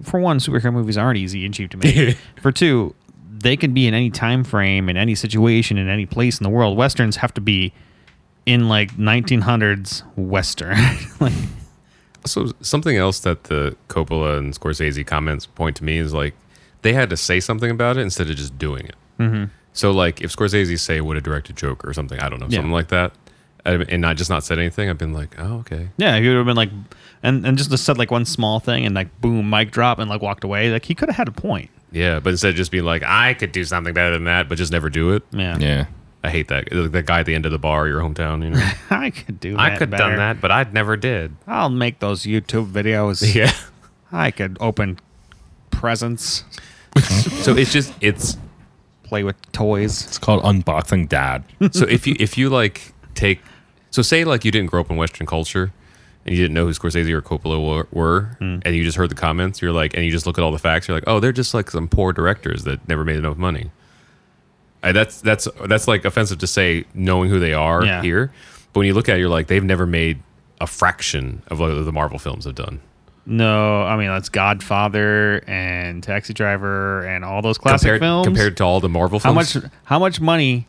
[SPEAKER 2] for one, superhero movies aren't easy and cheap to
[SPEAKER 3] [LAUGHS]
[SPEAKER 2] make. for two, they can be in any time frame, in any situation, in any place in the world. Westerns have to be in like 1900s western. [LAUGHS] like,
[SPEAKER 3] So something else that the Coppola and Scorsese comments point to me is like they had to say something about it instead of just doing it. Mm-hmm. So like if Scorsese say would have directed Joker or something, I don't know,
[SPEAKER 2] Yeah.
[SPEAKER 3] something like that, and and not just not said anything, I've been like, oh okay,
[SPEAKER 2] Yeah, he would have been like, and, and just said like one small thing and like boom, mic drop and like walked away. Like he could have had a point.
[SPEAKER 3] yeah. But instead of just being like, I could do something better than that, but just never do it.
[SPEAKER 2] Yeah.
[SPEAKER 1] Yeah.
[SPEAKER 3] I hate that the guy at the end of the bar, your hometown, you
[SPEAKER 2] [LAUGHS]
[SPEAKER 3] know.
[SPEAKER 2] [LAUGHS] I could do that.
[SPEAKER 3] I could have done
[SPEAKER 2] better.
[SPEAKER 3] that, but I never
[SPEAKER 2] [LAUGHS]
[SPEAKER 3] did.
[SPEAKER 2] I'll make those YouTube videos.
[SPEAKER 3] [LAUGHS] Yeah.
[SPEAKER 2] I could open presents,
[SPEAKER 3] so it's just it's
[SPEAKER 2] play with toys.
[SPEAKER 1] It's called Unboxing Dad.
[SPEAKER 3] so if you if you like take so say like you didn't grow up in Western culture and you didn't know who Scorsese or Coppola were, were
[SPEAKER 2] Hmm.
[SPEAKER 3] and you just heard the comments, you're like, and you just look at all the facts, you're like, oh, they're just like some poor directors that never made enough money. Uh, that's that's that's like offensive to say knowing who they are
[SPEAKER 2] Yeah.
[SPEAKER 3] here, but when you look at it, you're like, they've never made a fraction of what the Marvel films have done.
[SPEAKER 2] No, I mean that's Godfather and Taxi Driver and all those classic
[SPEAKER 3] compared,
[SPEAKER 2] films.
[SPEAKER 3] compared to all the Marvel
[SPEAKER 2] how
[SPEAKER 3] films,
[SPEAKER 2] much? How much money?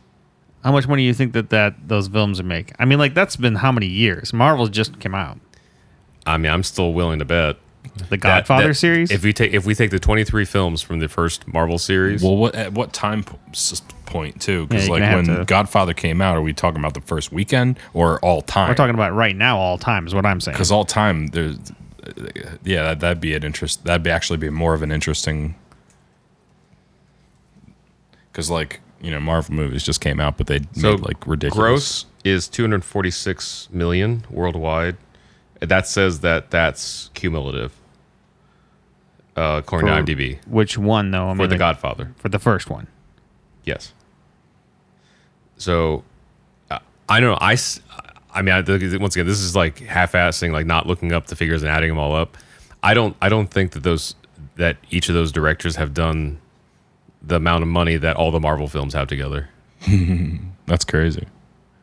[SPEAKER 2] How much money do you think that that those films would make? I mean, like that's been how many years? Marvel just came out.
[SPEAKER 3] I mean, I'm still willing to bet.
[SPEAKER 2] The
[SPEAKER 3] that-
[SPEAKER 2] Godfather
[SPEAKER 3] that
[SPEAKER 2] series.
[SPEAKER 3] If we take if we take the 23 films from the first Marvel series,
[SPEAKER 1] Well, what at what time po- s- point too?
[SPEAKER 2] Yeah,
[SPEAKER 1] Because
[SPEAKER 2] you're
[SPEAKER 1] like
[SPEAKER 2] gonna
[SPEAKER 1] when
[SPEAKER 2] have to-
[SPEAKER 1] Godfather came out, are we talking about the first weekend or all time?
[SPEAKER 2] We're talking about right now, all time is what I'm saying.
[SPEAKER 1] because all time there's. Yeah, that, that'd be an interest. That'd be actually be more of an interesting. Because like you know, Marvel movies just came out, but they made like ridiculous.
[SPEAKER 3] Gross is 246 million worldwide. That says that that's cumulative. Uh, according
[SPEAKER 2] For-
[SPEAKER 3] to IMDb
[SPEAKER 2] Which one though? I
[SPEAKER 3] for
[SPEAKER 2] mean,
[SPEAKER 3] The
[SPEAKER 2] like,
[SPEAKER 3] Godfather.
[SPEAKER 2] for the first one.
[SPEAKER 3] Yes. So, uh, I don't know. I, s- I mean, I, th- once again, this is like half-assing, like not looking up the figures and adding them all up. I don't, I don't think that those, that each of those directors have done the amount of money that all the Marvel films have together.
[SPEAKER 1] That's crazy.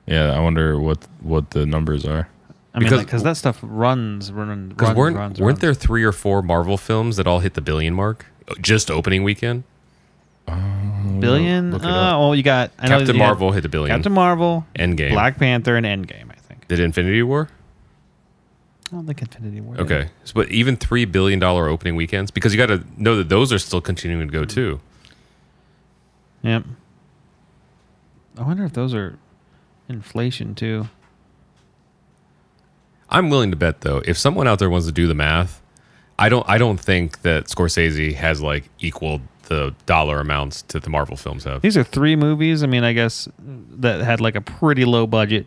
[SPEAKER 1] Yeah, I wonder what what the numbers are.
[SPEAKER 2] I mean,
[SPEAKER 3] Because-
[SPEAKER 2] because that stuff runs, runs,
[SPEAKER 3] Because
[SPEAKER 2] runs,
[SPEAKER 3] weren't
[SPEAKER 2] runs,
[SPEAKER 3] weren't
[SPEAKER 2] runs.
[SPEAKER 3] there three or four Marvel films that all hit the billion mark just opening weekend?
[SPEAKER 2] billion?
[SPEAKER 1] Look it
[SPEAKER 2] Oh,
[SPEAKER 1] up.
[SPEAKER 2] well, you got I know
[SPEAKER 3] Captain
[SPEAKER 2] you got
[SPEAKER 3] Marvel hit the billion.
[SPEAKER 2] Captain Marvel,
[SPEAKER 3] Endgame.
[SPEAKER 2] Black Panther, and Endgame. I think.
[SPEAKER 3] Did Infinity War?
[SPEAKER 2] I don't think Infinity War. did.
[SPEAKER 3] Okay, so, but even three billion dollar opening weekends because you got to know that those are still continuing to
[SPEAKER 2] Mm-hmm.
[SPEAKER 3] go too.
[SPEAKER 2] Yep. I wonder if those are inflation too.
[SPEAKER 3] I'm willing to bet though, if someone out there wants to do the math, I don't I don't think that Scorsese has like equaled the dollar amounts that the Marvel films have.
[SPEAKER 2] These are three movies. I mean, I guess that had like a pretty low budget.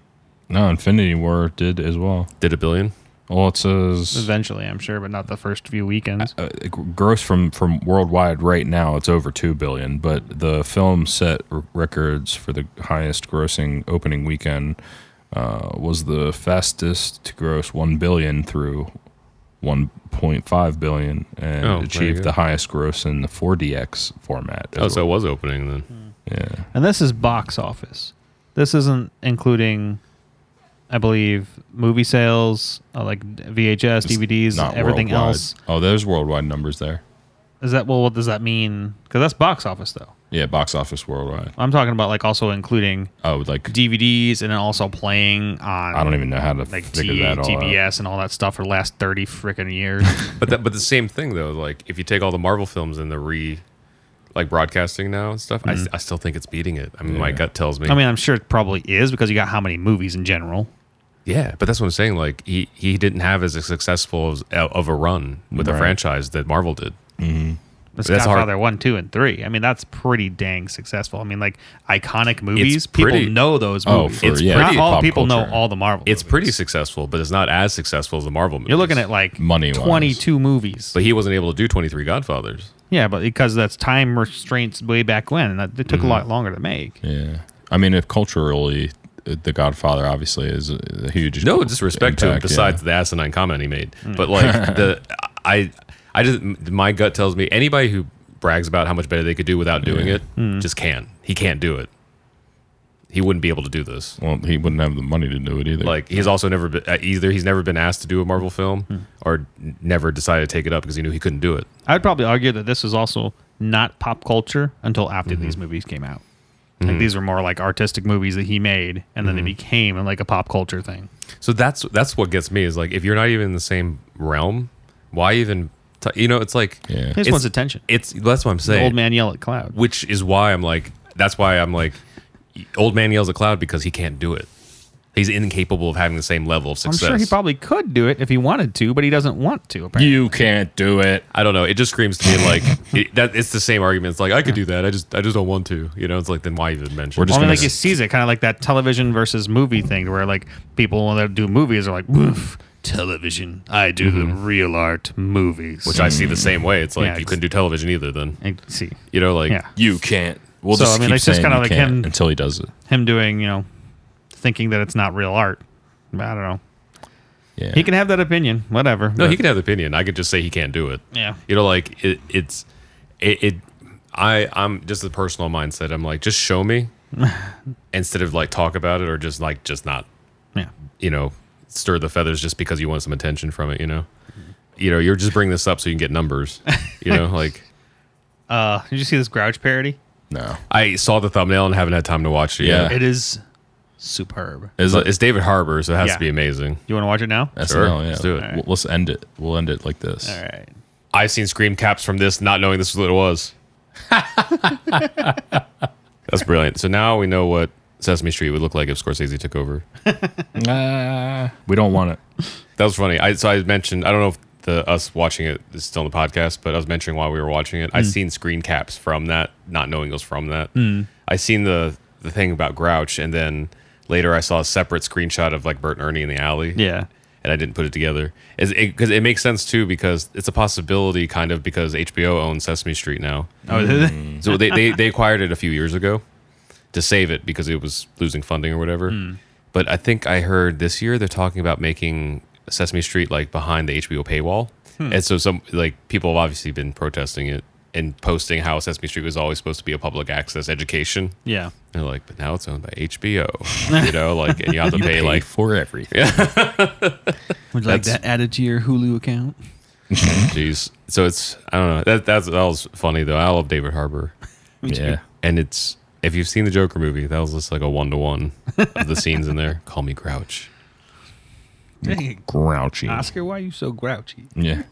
[SPEAKER 1] No, Infinity War did as well.
[SPEAKER 3] Did a billion?
[SPEAKER 1] Well, it says
[SPEAKER 2] Eventually, I'm sure, but not the first few weekends.
[SPEAKER 1] uh, g- gross from from worldwide right now it's over 2 billion but the film set r- records for the highest grossing opening weekend uh, was the fastest to gross 1 billion through 1.5 billion and
[SPEAKER 3] Oh, there you go.
[SPEAKER 1] achieved the highest gross in the 4DX format. as
[SPEAKER 3] Oh, so
[SPEAKER 1] well.
[SPEAKER 3] it was opening then.
[SPEAKER 1] yeah.
[SPEAKER 2] And this is box office. This isn't including, I believe, movie sales, uh, like VHS, DVDs,
[SPEAKER 1] Not
[SPEAKER 2] and everything
[SPEAKER 1] worldwide.
[SPEAKER 2] else.
[SPEAKER 1] Oh, there's worldwide numbers there.
[SPEAKER 2] Is that well? What does that mean? Because that's box office, though.
[SPEAKER 1] Yeah, box office worldwide.
[SPEAKER 2] I'm talking about like also including
[SPEAKER 1] Oh, like
[SPEAKER 2] DVDs and then also playing on.
[SPEAKER 1] I don't even know how to
[SPEAKER 2] like
[SPEAKER 1] figure
[SPEAKER 2] T-
[SPEAKER 1] that all out.
[SPEAKER 2] TBS and all that stuff for the last thirty freaking
[SPEAKER 1] [LAUGHS]
[SPEAKER 2] years.
[SPEAKER 3] But that, but the same thing though. Like if you take all the Marvel films and the re, like broadcasting now and stuff, I s I I, still think it's beating it. I mean, my
[SPEAKER 1] Yeah.
[SPEAKER 3] gut tells me.
[SPEAKER 2] I mean, I'm sure it probably is because you got how many movies in general.
[SPEAKER 3] Yeah, but that's what I'm saying. Like he he didn't have as successful as, of a run with a
[SPEAKER 1] Right.
[SPEAKER 3] franchise that Marvel did.
[SPEAKER 2] That's,
[SPEAKER 3] That's hard.
[SPEAKER 2] Godfather one, two, and three. I mean, that's pretty dang successful. I mean, like iconic movies.
[SPEAKER 3] pretty-
[SPEAKER 2] people know those
[SPEAKER 1] Oh,
[SPEAKER 2] movies.
[SPEAKER 1] for-
[SPEAKER 2] it's
[SPEAKER 1] yeah,
[SPEAKER 2] not
[SPEAKER 1] pretty
[SPEAKER 2] all
[SPEAKER 1] pop
[SPEAKER 2] people
[SPEAKER 1] culture.
[SPEAKER 2] know all the Marvel.
[SPEAKER 3] It's
[SPEAKER 2] movies.
[SPEAKER 3] pretty successful, but it's not as successful as the Marvel movies.
[SPEAKER 2] You're looking at like
[SPEAKER 1] Money-wise.
[SPEAKER 2] twenty two movies.
[SPEAKER 3] but he wasn't able to do 23 Godfathers.
[SPEAKER 2] yeah, but because that's time restraints way back when, and that it
[SPEAKER 1] Mm-hmm.
[SPEAKER 2] took a lot longer to make.
[SPEAKER 1] Yeah. I mean, if culturally, uh, The Godfather obviously is a- a huge.
[SPEAKER 3] No disrespect to him,
[SPEAKER 1] impact, yeah.
[SPEAKER 3] besides the asinine comment he made. But like the I I just my gut tells me anybody who brags about how much better they could do without doing it just can't. He can't do it. He wouldn't be able to do this.
[SPEAKER 1] Well, he wouldn't have the money to do it either.
[SPEAKER 3] Like he's also never been uh, either. He's never been asked to do a Marvel film, or n- never decided to take it up because he knew he couldn't do it.
[SPEAKER 2] I would probably argue that this was also not pop culture until after these movies came out. Like these were more like artistic movies that he made, and then they became like a pop culture thing.
[SPEAKER 3] So that's that's what gets me is like if you're not even in the same realm, why even? T- you know, it's like
[SPEAKER 1] Yeah.
[SPEAKER 2] This
[SPEAKER 3] It's-
[SPEAKER 2] one's attention.
[SPEAKER 3] it's that's what I'm
[SPEAKER 2] The
[SPEAKER 3] saying.
[SPEAKER 2] old man yell at cloud.
[SPEAKER 3] Which is why I'm like that's why I'm like old man yells at cloud because he can't do it. He's incapable of having the same level of
[SPEAKER 2] I'm
[SPEAKER 3] success.
[SPEAKER 2] sure he probably could do it if he wanted to, but he doesn't want to. Apparently,
[SPEAKER 1] you can't do it.
[SPEAKER 3] I don't know. It just screams
[SPEAKER 2] [LAUGHS]
[SPEAKER 3] to me like it, that. It's the same argument. It's like I could do that. I just I just don't want to. You know. It's like then why even mention?
[SPEAKER 1] We're
[SPEAKER 3] it?
[SPEAKER 1] just
[SPEAKER 2] Well, I mean,
[SPEAKER 1] gonna
[SPEAKER 2] like he
[SPEAKER 1] s-
[SPEAKER 2] sees it kind of like that television versus movie thing, where like people that do movies are like, "Woof, television. I do the real art movies."
[SPEAKER 3] which I see the same way. It's like
[SPEAKER 2] Yeah,
[SPEAKER 3] you
[SPEAKER 2] it's-
[SPEAKER 3] couldn't do television either. Then
[SPEAKER 2] I see
[SPEAKER 3] you know, like
[SPEAKER 2] Yeah.
[SPEAKER 1] You can't. We'll
[SPEAKER 2] So,
[SPEAKER 1] just
[SPEAKER 2] I mean,
[SPEAKER 1] keep
[SPEAKER 2] it's just
[SPEAKER 1] saying
[SPEAKER 2] kinda
[SPEAKER 1] you
[SPEAKER 2] like
[SPEAKER 1] can't
[SPEAKER 2] him-
[SPEAKER 1] until he does it.
[SPEAKER 2] him doing, you know, thinking that it's not real art. I don't know.
[SPEAKER 1] Yeah.
[SPEAKER 2] He can have that opinion, whatever.
[SPEAKER 3] No, he can have the opinion. I could just say he can't do it.
[SPEAKER 2] Yeah.
[SPEAKER 3] You know, like it, it's it, it. I I'm just the personal mindset. I'm like, just
[SPEAKER 2] [LAUGHS]
[SPEAKER 3] show me instead of like talk about it or just like just not
[SPEAKER 2] Yeah.
[SPEAKER 3] you know stir the feathers just because you want some attention from it. You know, you know, you're just bringing this up so you can get numbers. You know, like
[SPEAKER 2] Uh, did you see this Grouch parody?
[SPEAKER 1] no.
[SPEAKER 3] I saw the thumbnail and haven't had time to watch it
[SPEAKER 1] Yeah.
[SPEAKER 3] yet.
[SPEAKER 2] It is superb.
[SPEAKER 3] It's, it's David Harbour, so it has
[SPEAKER 2] Yeah.
[SPEAKER 3] to be amazing.
[SPEAKER 2] You want to watch it now?
[SPEAKER 1] SNL.
[SPEAKER 3] Sure,
[SPEAKER 1] yeah.
[SPEAKER 3] let's do it.
[SPEAKER 1] We'll- Let's end it. We'll end it like this.
[SPEAKER 2] All right.
[SPEAKER 3] I've seen scream caps from this, not knowing this is what it was. That's brilliant. So now we know what Sesame Street would look like if Scorsese took over.
[SPEAKER 1] Ah, we don't want it.
[SPEAKER 3] That was funny. I so I mentioned I don't know if the us watching it is still in the podcast, but I was mentioning while we were watching it, I seen screen caps from that, not knowing it was from that. I seen the the thing about Grouch, and then later I saw a separate screenshot of like Bert and Ernie in the alley
[SPEAKER 2] Yeah.
[SPEAKER 3] and I didn't put it together. Because it, 'cause it makes sense too, because it's a possibility, kind of, because HBO owns Sesame Street now.
[SPEAKER 2] Oh,
[SPEAKER 1] Mm.
[SPEAKER 3] So they, they, they acquired it a few years ago to save it because it was losing funding or whatever. But I think I heard this year they're talking about making Sesame Street like behind the HBO paywall. And so some like people have obviously been protesting it and posting how Sesame Street was always supposed to be a public access education.
[SPEAKER 2] yeah.
[SPEAKER 3] They're like, but now it's owned by [LAUGHS] HBO. you know, like and you have to pay like
[SPEAKER 1] for everything.
[SPEAKER 2] Would you
[SPEAKER 3] like That's-
[SPEAKER 2] added to your Hulu account?
[SPEAKER 3] Jeez. So it's I don't know. That that's that was funny though. I love David Harbour.
[SPEAKER 1] Yeah.
[SPEAKER 3] And it's if you've seen the Joker movie, that was just like a one to one of the scenes in [LAUGHS] there. Call me Grouch.
[SPEAKER 1] Mm.
[SPEAKER 2] Dang,
[SPEAKER 1] Grouchy.
[SPEAKER 2] Oscar, why are you so grouchy?
[SPEAKER 1] Yeah.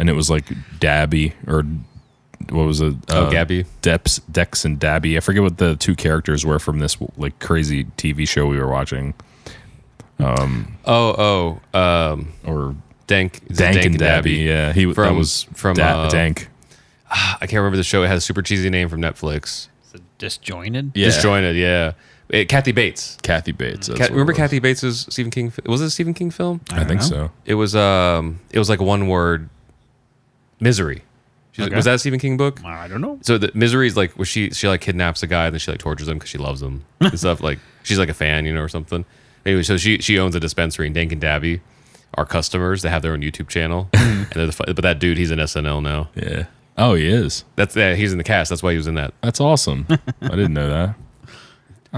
[SPEAKER 1] And it was like Dabby or what was it? Uh,
[SPEAKER 3] Oh, Gabby.
[SPEAKER 1] Deps, Dex and Dabby. I forget what the two characters were from this like crazy TV show we were watching.
[SPEAKER 3] Oh oh. Um
[SPEAKER 1] Or
[SPEAKER 3] Dank is it
[SPEAKER 1] Dank, and Dabby. Yeah. He
[SPEAKER 3] From-
[SPEAKER 1] that was
[SPEAKER 3] from,
[SPEAKER 1] Da-
[SPEAKER 3] uh,
[SPEAKER 1] Dank.
[SPEAKER 3] I can't remember the show. It had a super cheesy name from Netflix.
[SPEAKER 2] Is it disjointed?
[SPEAKER 1] Yeah.
[SPEAKER 3] Disjointed, yeah. It, Kathy Bates.
[SPEAKER 1] Kathy Bates. that's what it
[SPEAKER 3] Kat- remember
[SPEAKER 1] was.
[SPEAKER 3] Kathy Bates's Stephen King fi- was it a Stephen King film?
[SPEAKER 1] I, think
[SPEAKER 2] know.
[SPEAKER 1] so.
[SPEAKER 3] It was um it was like one word misery. She's
[SPEAKER 2] Okay.
[SPEAKER 3] was that a Stephen King book?
[SPEAKER 2] I don't know.
[SPEAKER 3] so the misery is like where she she like kidnaps a guy and then she like tortures him because she
[SPEAKER 1] [LAUGHS]
[SPEAKER 3] loves him and stuff like she's like a fan you know or something anyway so she she owns a dispensary and dank and dabby are customers they have their own youtube channel
[SPEAKER 1] [LAUGHS]
[SPEAKER 3] and they're the, fu- but that dude he's in snl now
[SPEAKER 1] Yeah. Oh, he is.
[SPEAKER 3] that's yeah, he's in the cast that's why he was in that
[SPEAKER 1] That's
[SPEAKER 3] [LAUGHS]
[SPEAKER 1] awesome. I didn't know that.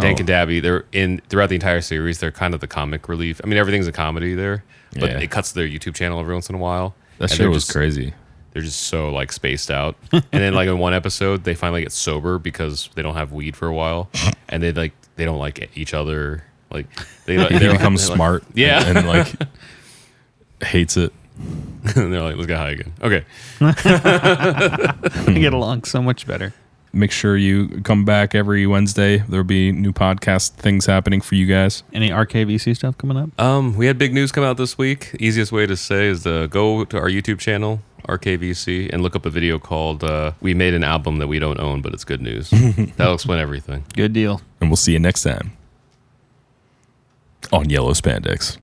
[SPEAKER 3] dank
[SPEAKER 1] Oh.
[SPEAKER 3] and dabby they're in throughout the entire series they're kind of the comic relief i mean everything's a comedy there but
[SPEAKER 1] Yeah.
[SPEAKER 3] it cuts to their youtube channel every once in a while
[SPEAKER 1] That
[SPEAKER 3] And
[SPEAKER 1] show
[SPEAKER 3] they're
[SPEAKER 1] was
[SPEAKER 3] just- [LAUGHS]
[SPEAKER 1] crazy.
[SPEAKER 3] they're just so like spaced out. [LAUGHS] and then like in one episode, they finally get sober because they don't have weed for a while, and they like they don't like each other. Like they like,
[SPEAKER 1] He
[SPEAKER 3] they're,
[SPEAKER 1] becomes
[SPEAKER 3] they're
[SPEAKER 1] smart.
[SPEAKER 3] Yeah.
[SPEAKER 1] And, and, like [LAUGHS] hates it.
[SPEAKER 3] [LAUGHS] Like, and they're like, let's get high again. Okay,
[SPEAKER 2] I get along so much better.
[SPEAKER 1] Make sure you come back every Wednesday. There'll be new podcast things happening for you guys.
[SPEAKER 2] Any RKVC stuff coming up?
[SPEAKER 1] Uh,
[SPEAKER 3] Um, we had big news come out this week. Easiest way to say is to go to our YouTube channel, RKVC, and look up a video called uh, "We Made an Album That We Don't Own, But It's Good News." That'll explain everything.
[SPEAKER 2] Good deal.
[SPEAKER 1] And we'll see you next time on Yellow Spandex.